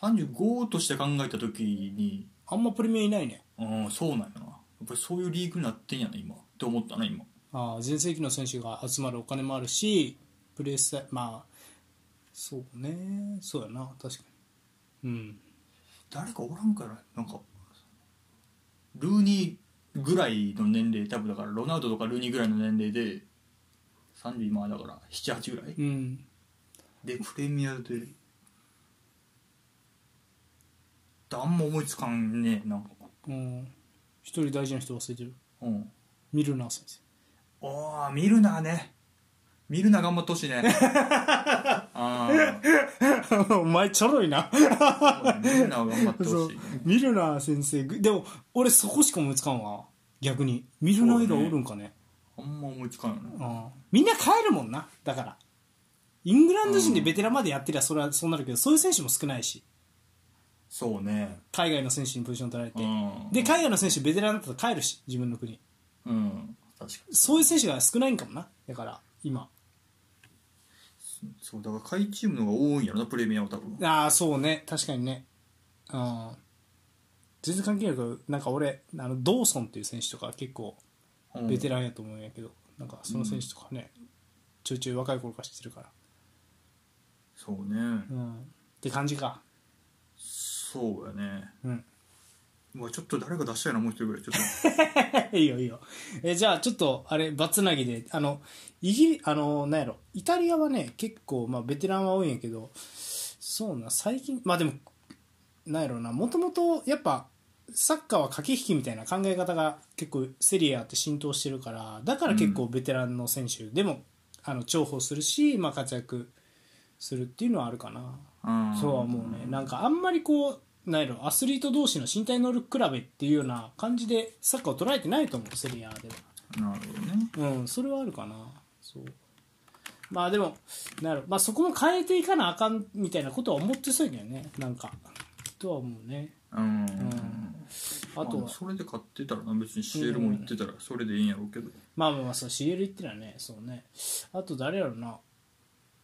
S2: 35として考えた時に
S1: あんまプレミアいないね
S2: うんそうなんやなやっぱりそういうリーグになってんやな今って思ったな今
S1: ああ全盛期の選手が集まるお金もあるしプレースタイルまあそうねそうやな確かにうん
S2: 誰かおらんからなんかルーニーぐらいの年齢多分だからロナウドとかルーニーぐらいの年齢で30今だから78ぐらい
S1: うん
S2: でプレミアであんま思いつかんねなんか
S1: うん一人大事な人忘れてる
S2: うん
S1: ミルナー先生
S2: おー見るなね見るな頑張ってほ しいねああ
S1: お前ちょろいな
S2: 見るな頑張って
S1: そ
S2: ほ
S1: う
S2: しいね
S1: ミルナー先生ぐでも俺そこしか思いつかんわ逆にミルナー以外おるんかね
S2: あんま思いつかんよね
S1: うんみんな帰るもんなだからイングランド人でベテランまでやってりゃそれはそうなるけどそういう選手も少ないし
S2: そうね
S1: 海外の選手にポジション取られて
S2: うん
S1: で海外の選手ベテランだったら帰るし自分の国
S2: うん確か
S1: そういう選手が少ないんかもなだから今
S2: にそうだから下位チームの方が多いんやろなプレミアは多分
S1: ああそうね確かにねうん全然関係ないけどなんか俺あのドーソンっていう選手とか結構ベテ
S2: ラ
S1: ランやと思うんやけど、なんかその選手とかね、ちょいちょい若い頃から知ってるから
S2: そうね、
S1: うんって感じか
S2: そうやね
S1: うん
S2: うわちょっと誰か出したいなもう一人ぐらいちょっ
S1: いいよいいよえじゃあちょっとあれバツナギであのイギリあのなんやろイタリアはね結構、まあ、ベテランは多いんやけどそうな最近まあでもなんやろなもともとやっぱサッカーは駆け引きみたいな考え方が結構セリアって浸透してるからだから結構ベテランの選手でも、あの重宝するし、まあ、活躍するっていうのはあるかな
S2: と、ん
S1: そうは思うねなんかあんまりこうなんやろアスリート同士の身体能力比べっていうような感じでサッカーを捉えてないと思うセリアで
S2: なるほどね
S1: はうんそれはあるかなそうまあでもなんやろ、まあ、そこも変えていかなあかんみたいなことは思ってそうやけどねなんかとは思うね
S2: うん、
S1: あと
S2: ま
S1: は
S2: あそれで買ってたらな別に CL も行ってたらそれでいいんやろうけど、
S1: まあまあまあそう CL 行ってのはねそうねあと誰やろな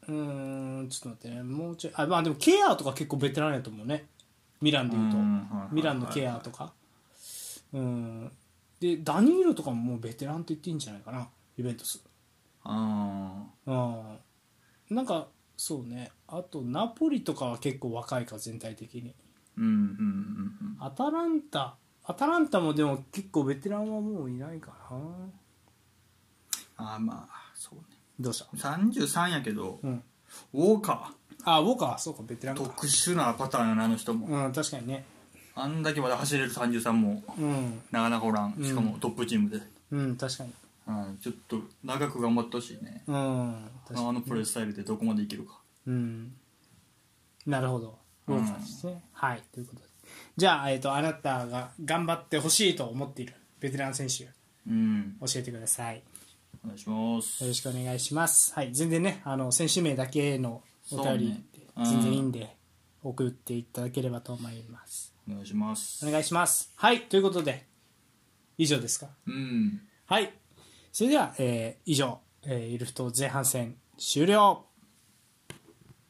S1: うーんちょっと待ってねもうちょいあまあでもケアとか結構ベテランやと思うねミランでいうと
S2: うんはいはいはい
S1: ミランのケアとかうんでダニーロとかももうベテランと言っていいんじゃないかなユベントス
S2: ああ
S1: うんなんかそうねあとナポリとかは結構若いか全体的に
S2: うんうんうん
S1: アタランタアタランタもでも結構ベテランはもういないかな
S2: ああまあそうね
S1: どうした
S2: 33やけど、
S1: うん
S2: ウォーカ
S1: あウォーカーそうかベテラ
S2: ー
S1: ンか
S2: 特殊なパターンやなあの人も、
S1: うん確かにね
S2: あんだけまだ走れる33も
S1: うん
S2: なかなかおらん
S1: うん
S2: しかもトップチームで、
S1: うん確かに
S2: うん、ちょっと長く頑張ってほしいね
S1: うん確かに
S2: あのプレースタイルでどこまでいけるか
S1: うんなるほどウ
S2: うん
S1: ォーカーですね、はいということでじゃあ、えっとあなたが頑張ってほしいと思っているベテラン選手
S2: うん
S1: 教えてください
S2: お願いします
S1: よろしくお願いします。はい、全然ね、あの選手名だけのお便りって
S2: そうねうん
S1: 全然いいんで、送っていただければと思います。
S2: お願いします
S1: お願いします。はい、ということで、以上ですか。
S2: うん
S1: はい、それでは、えー以上、えーイルフト前半戦終了。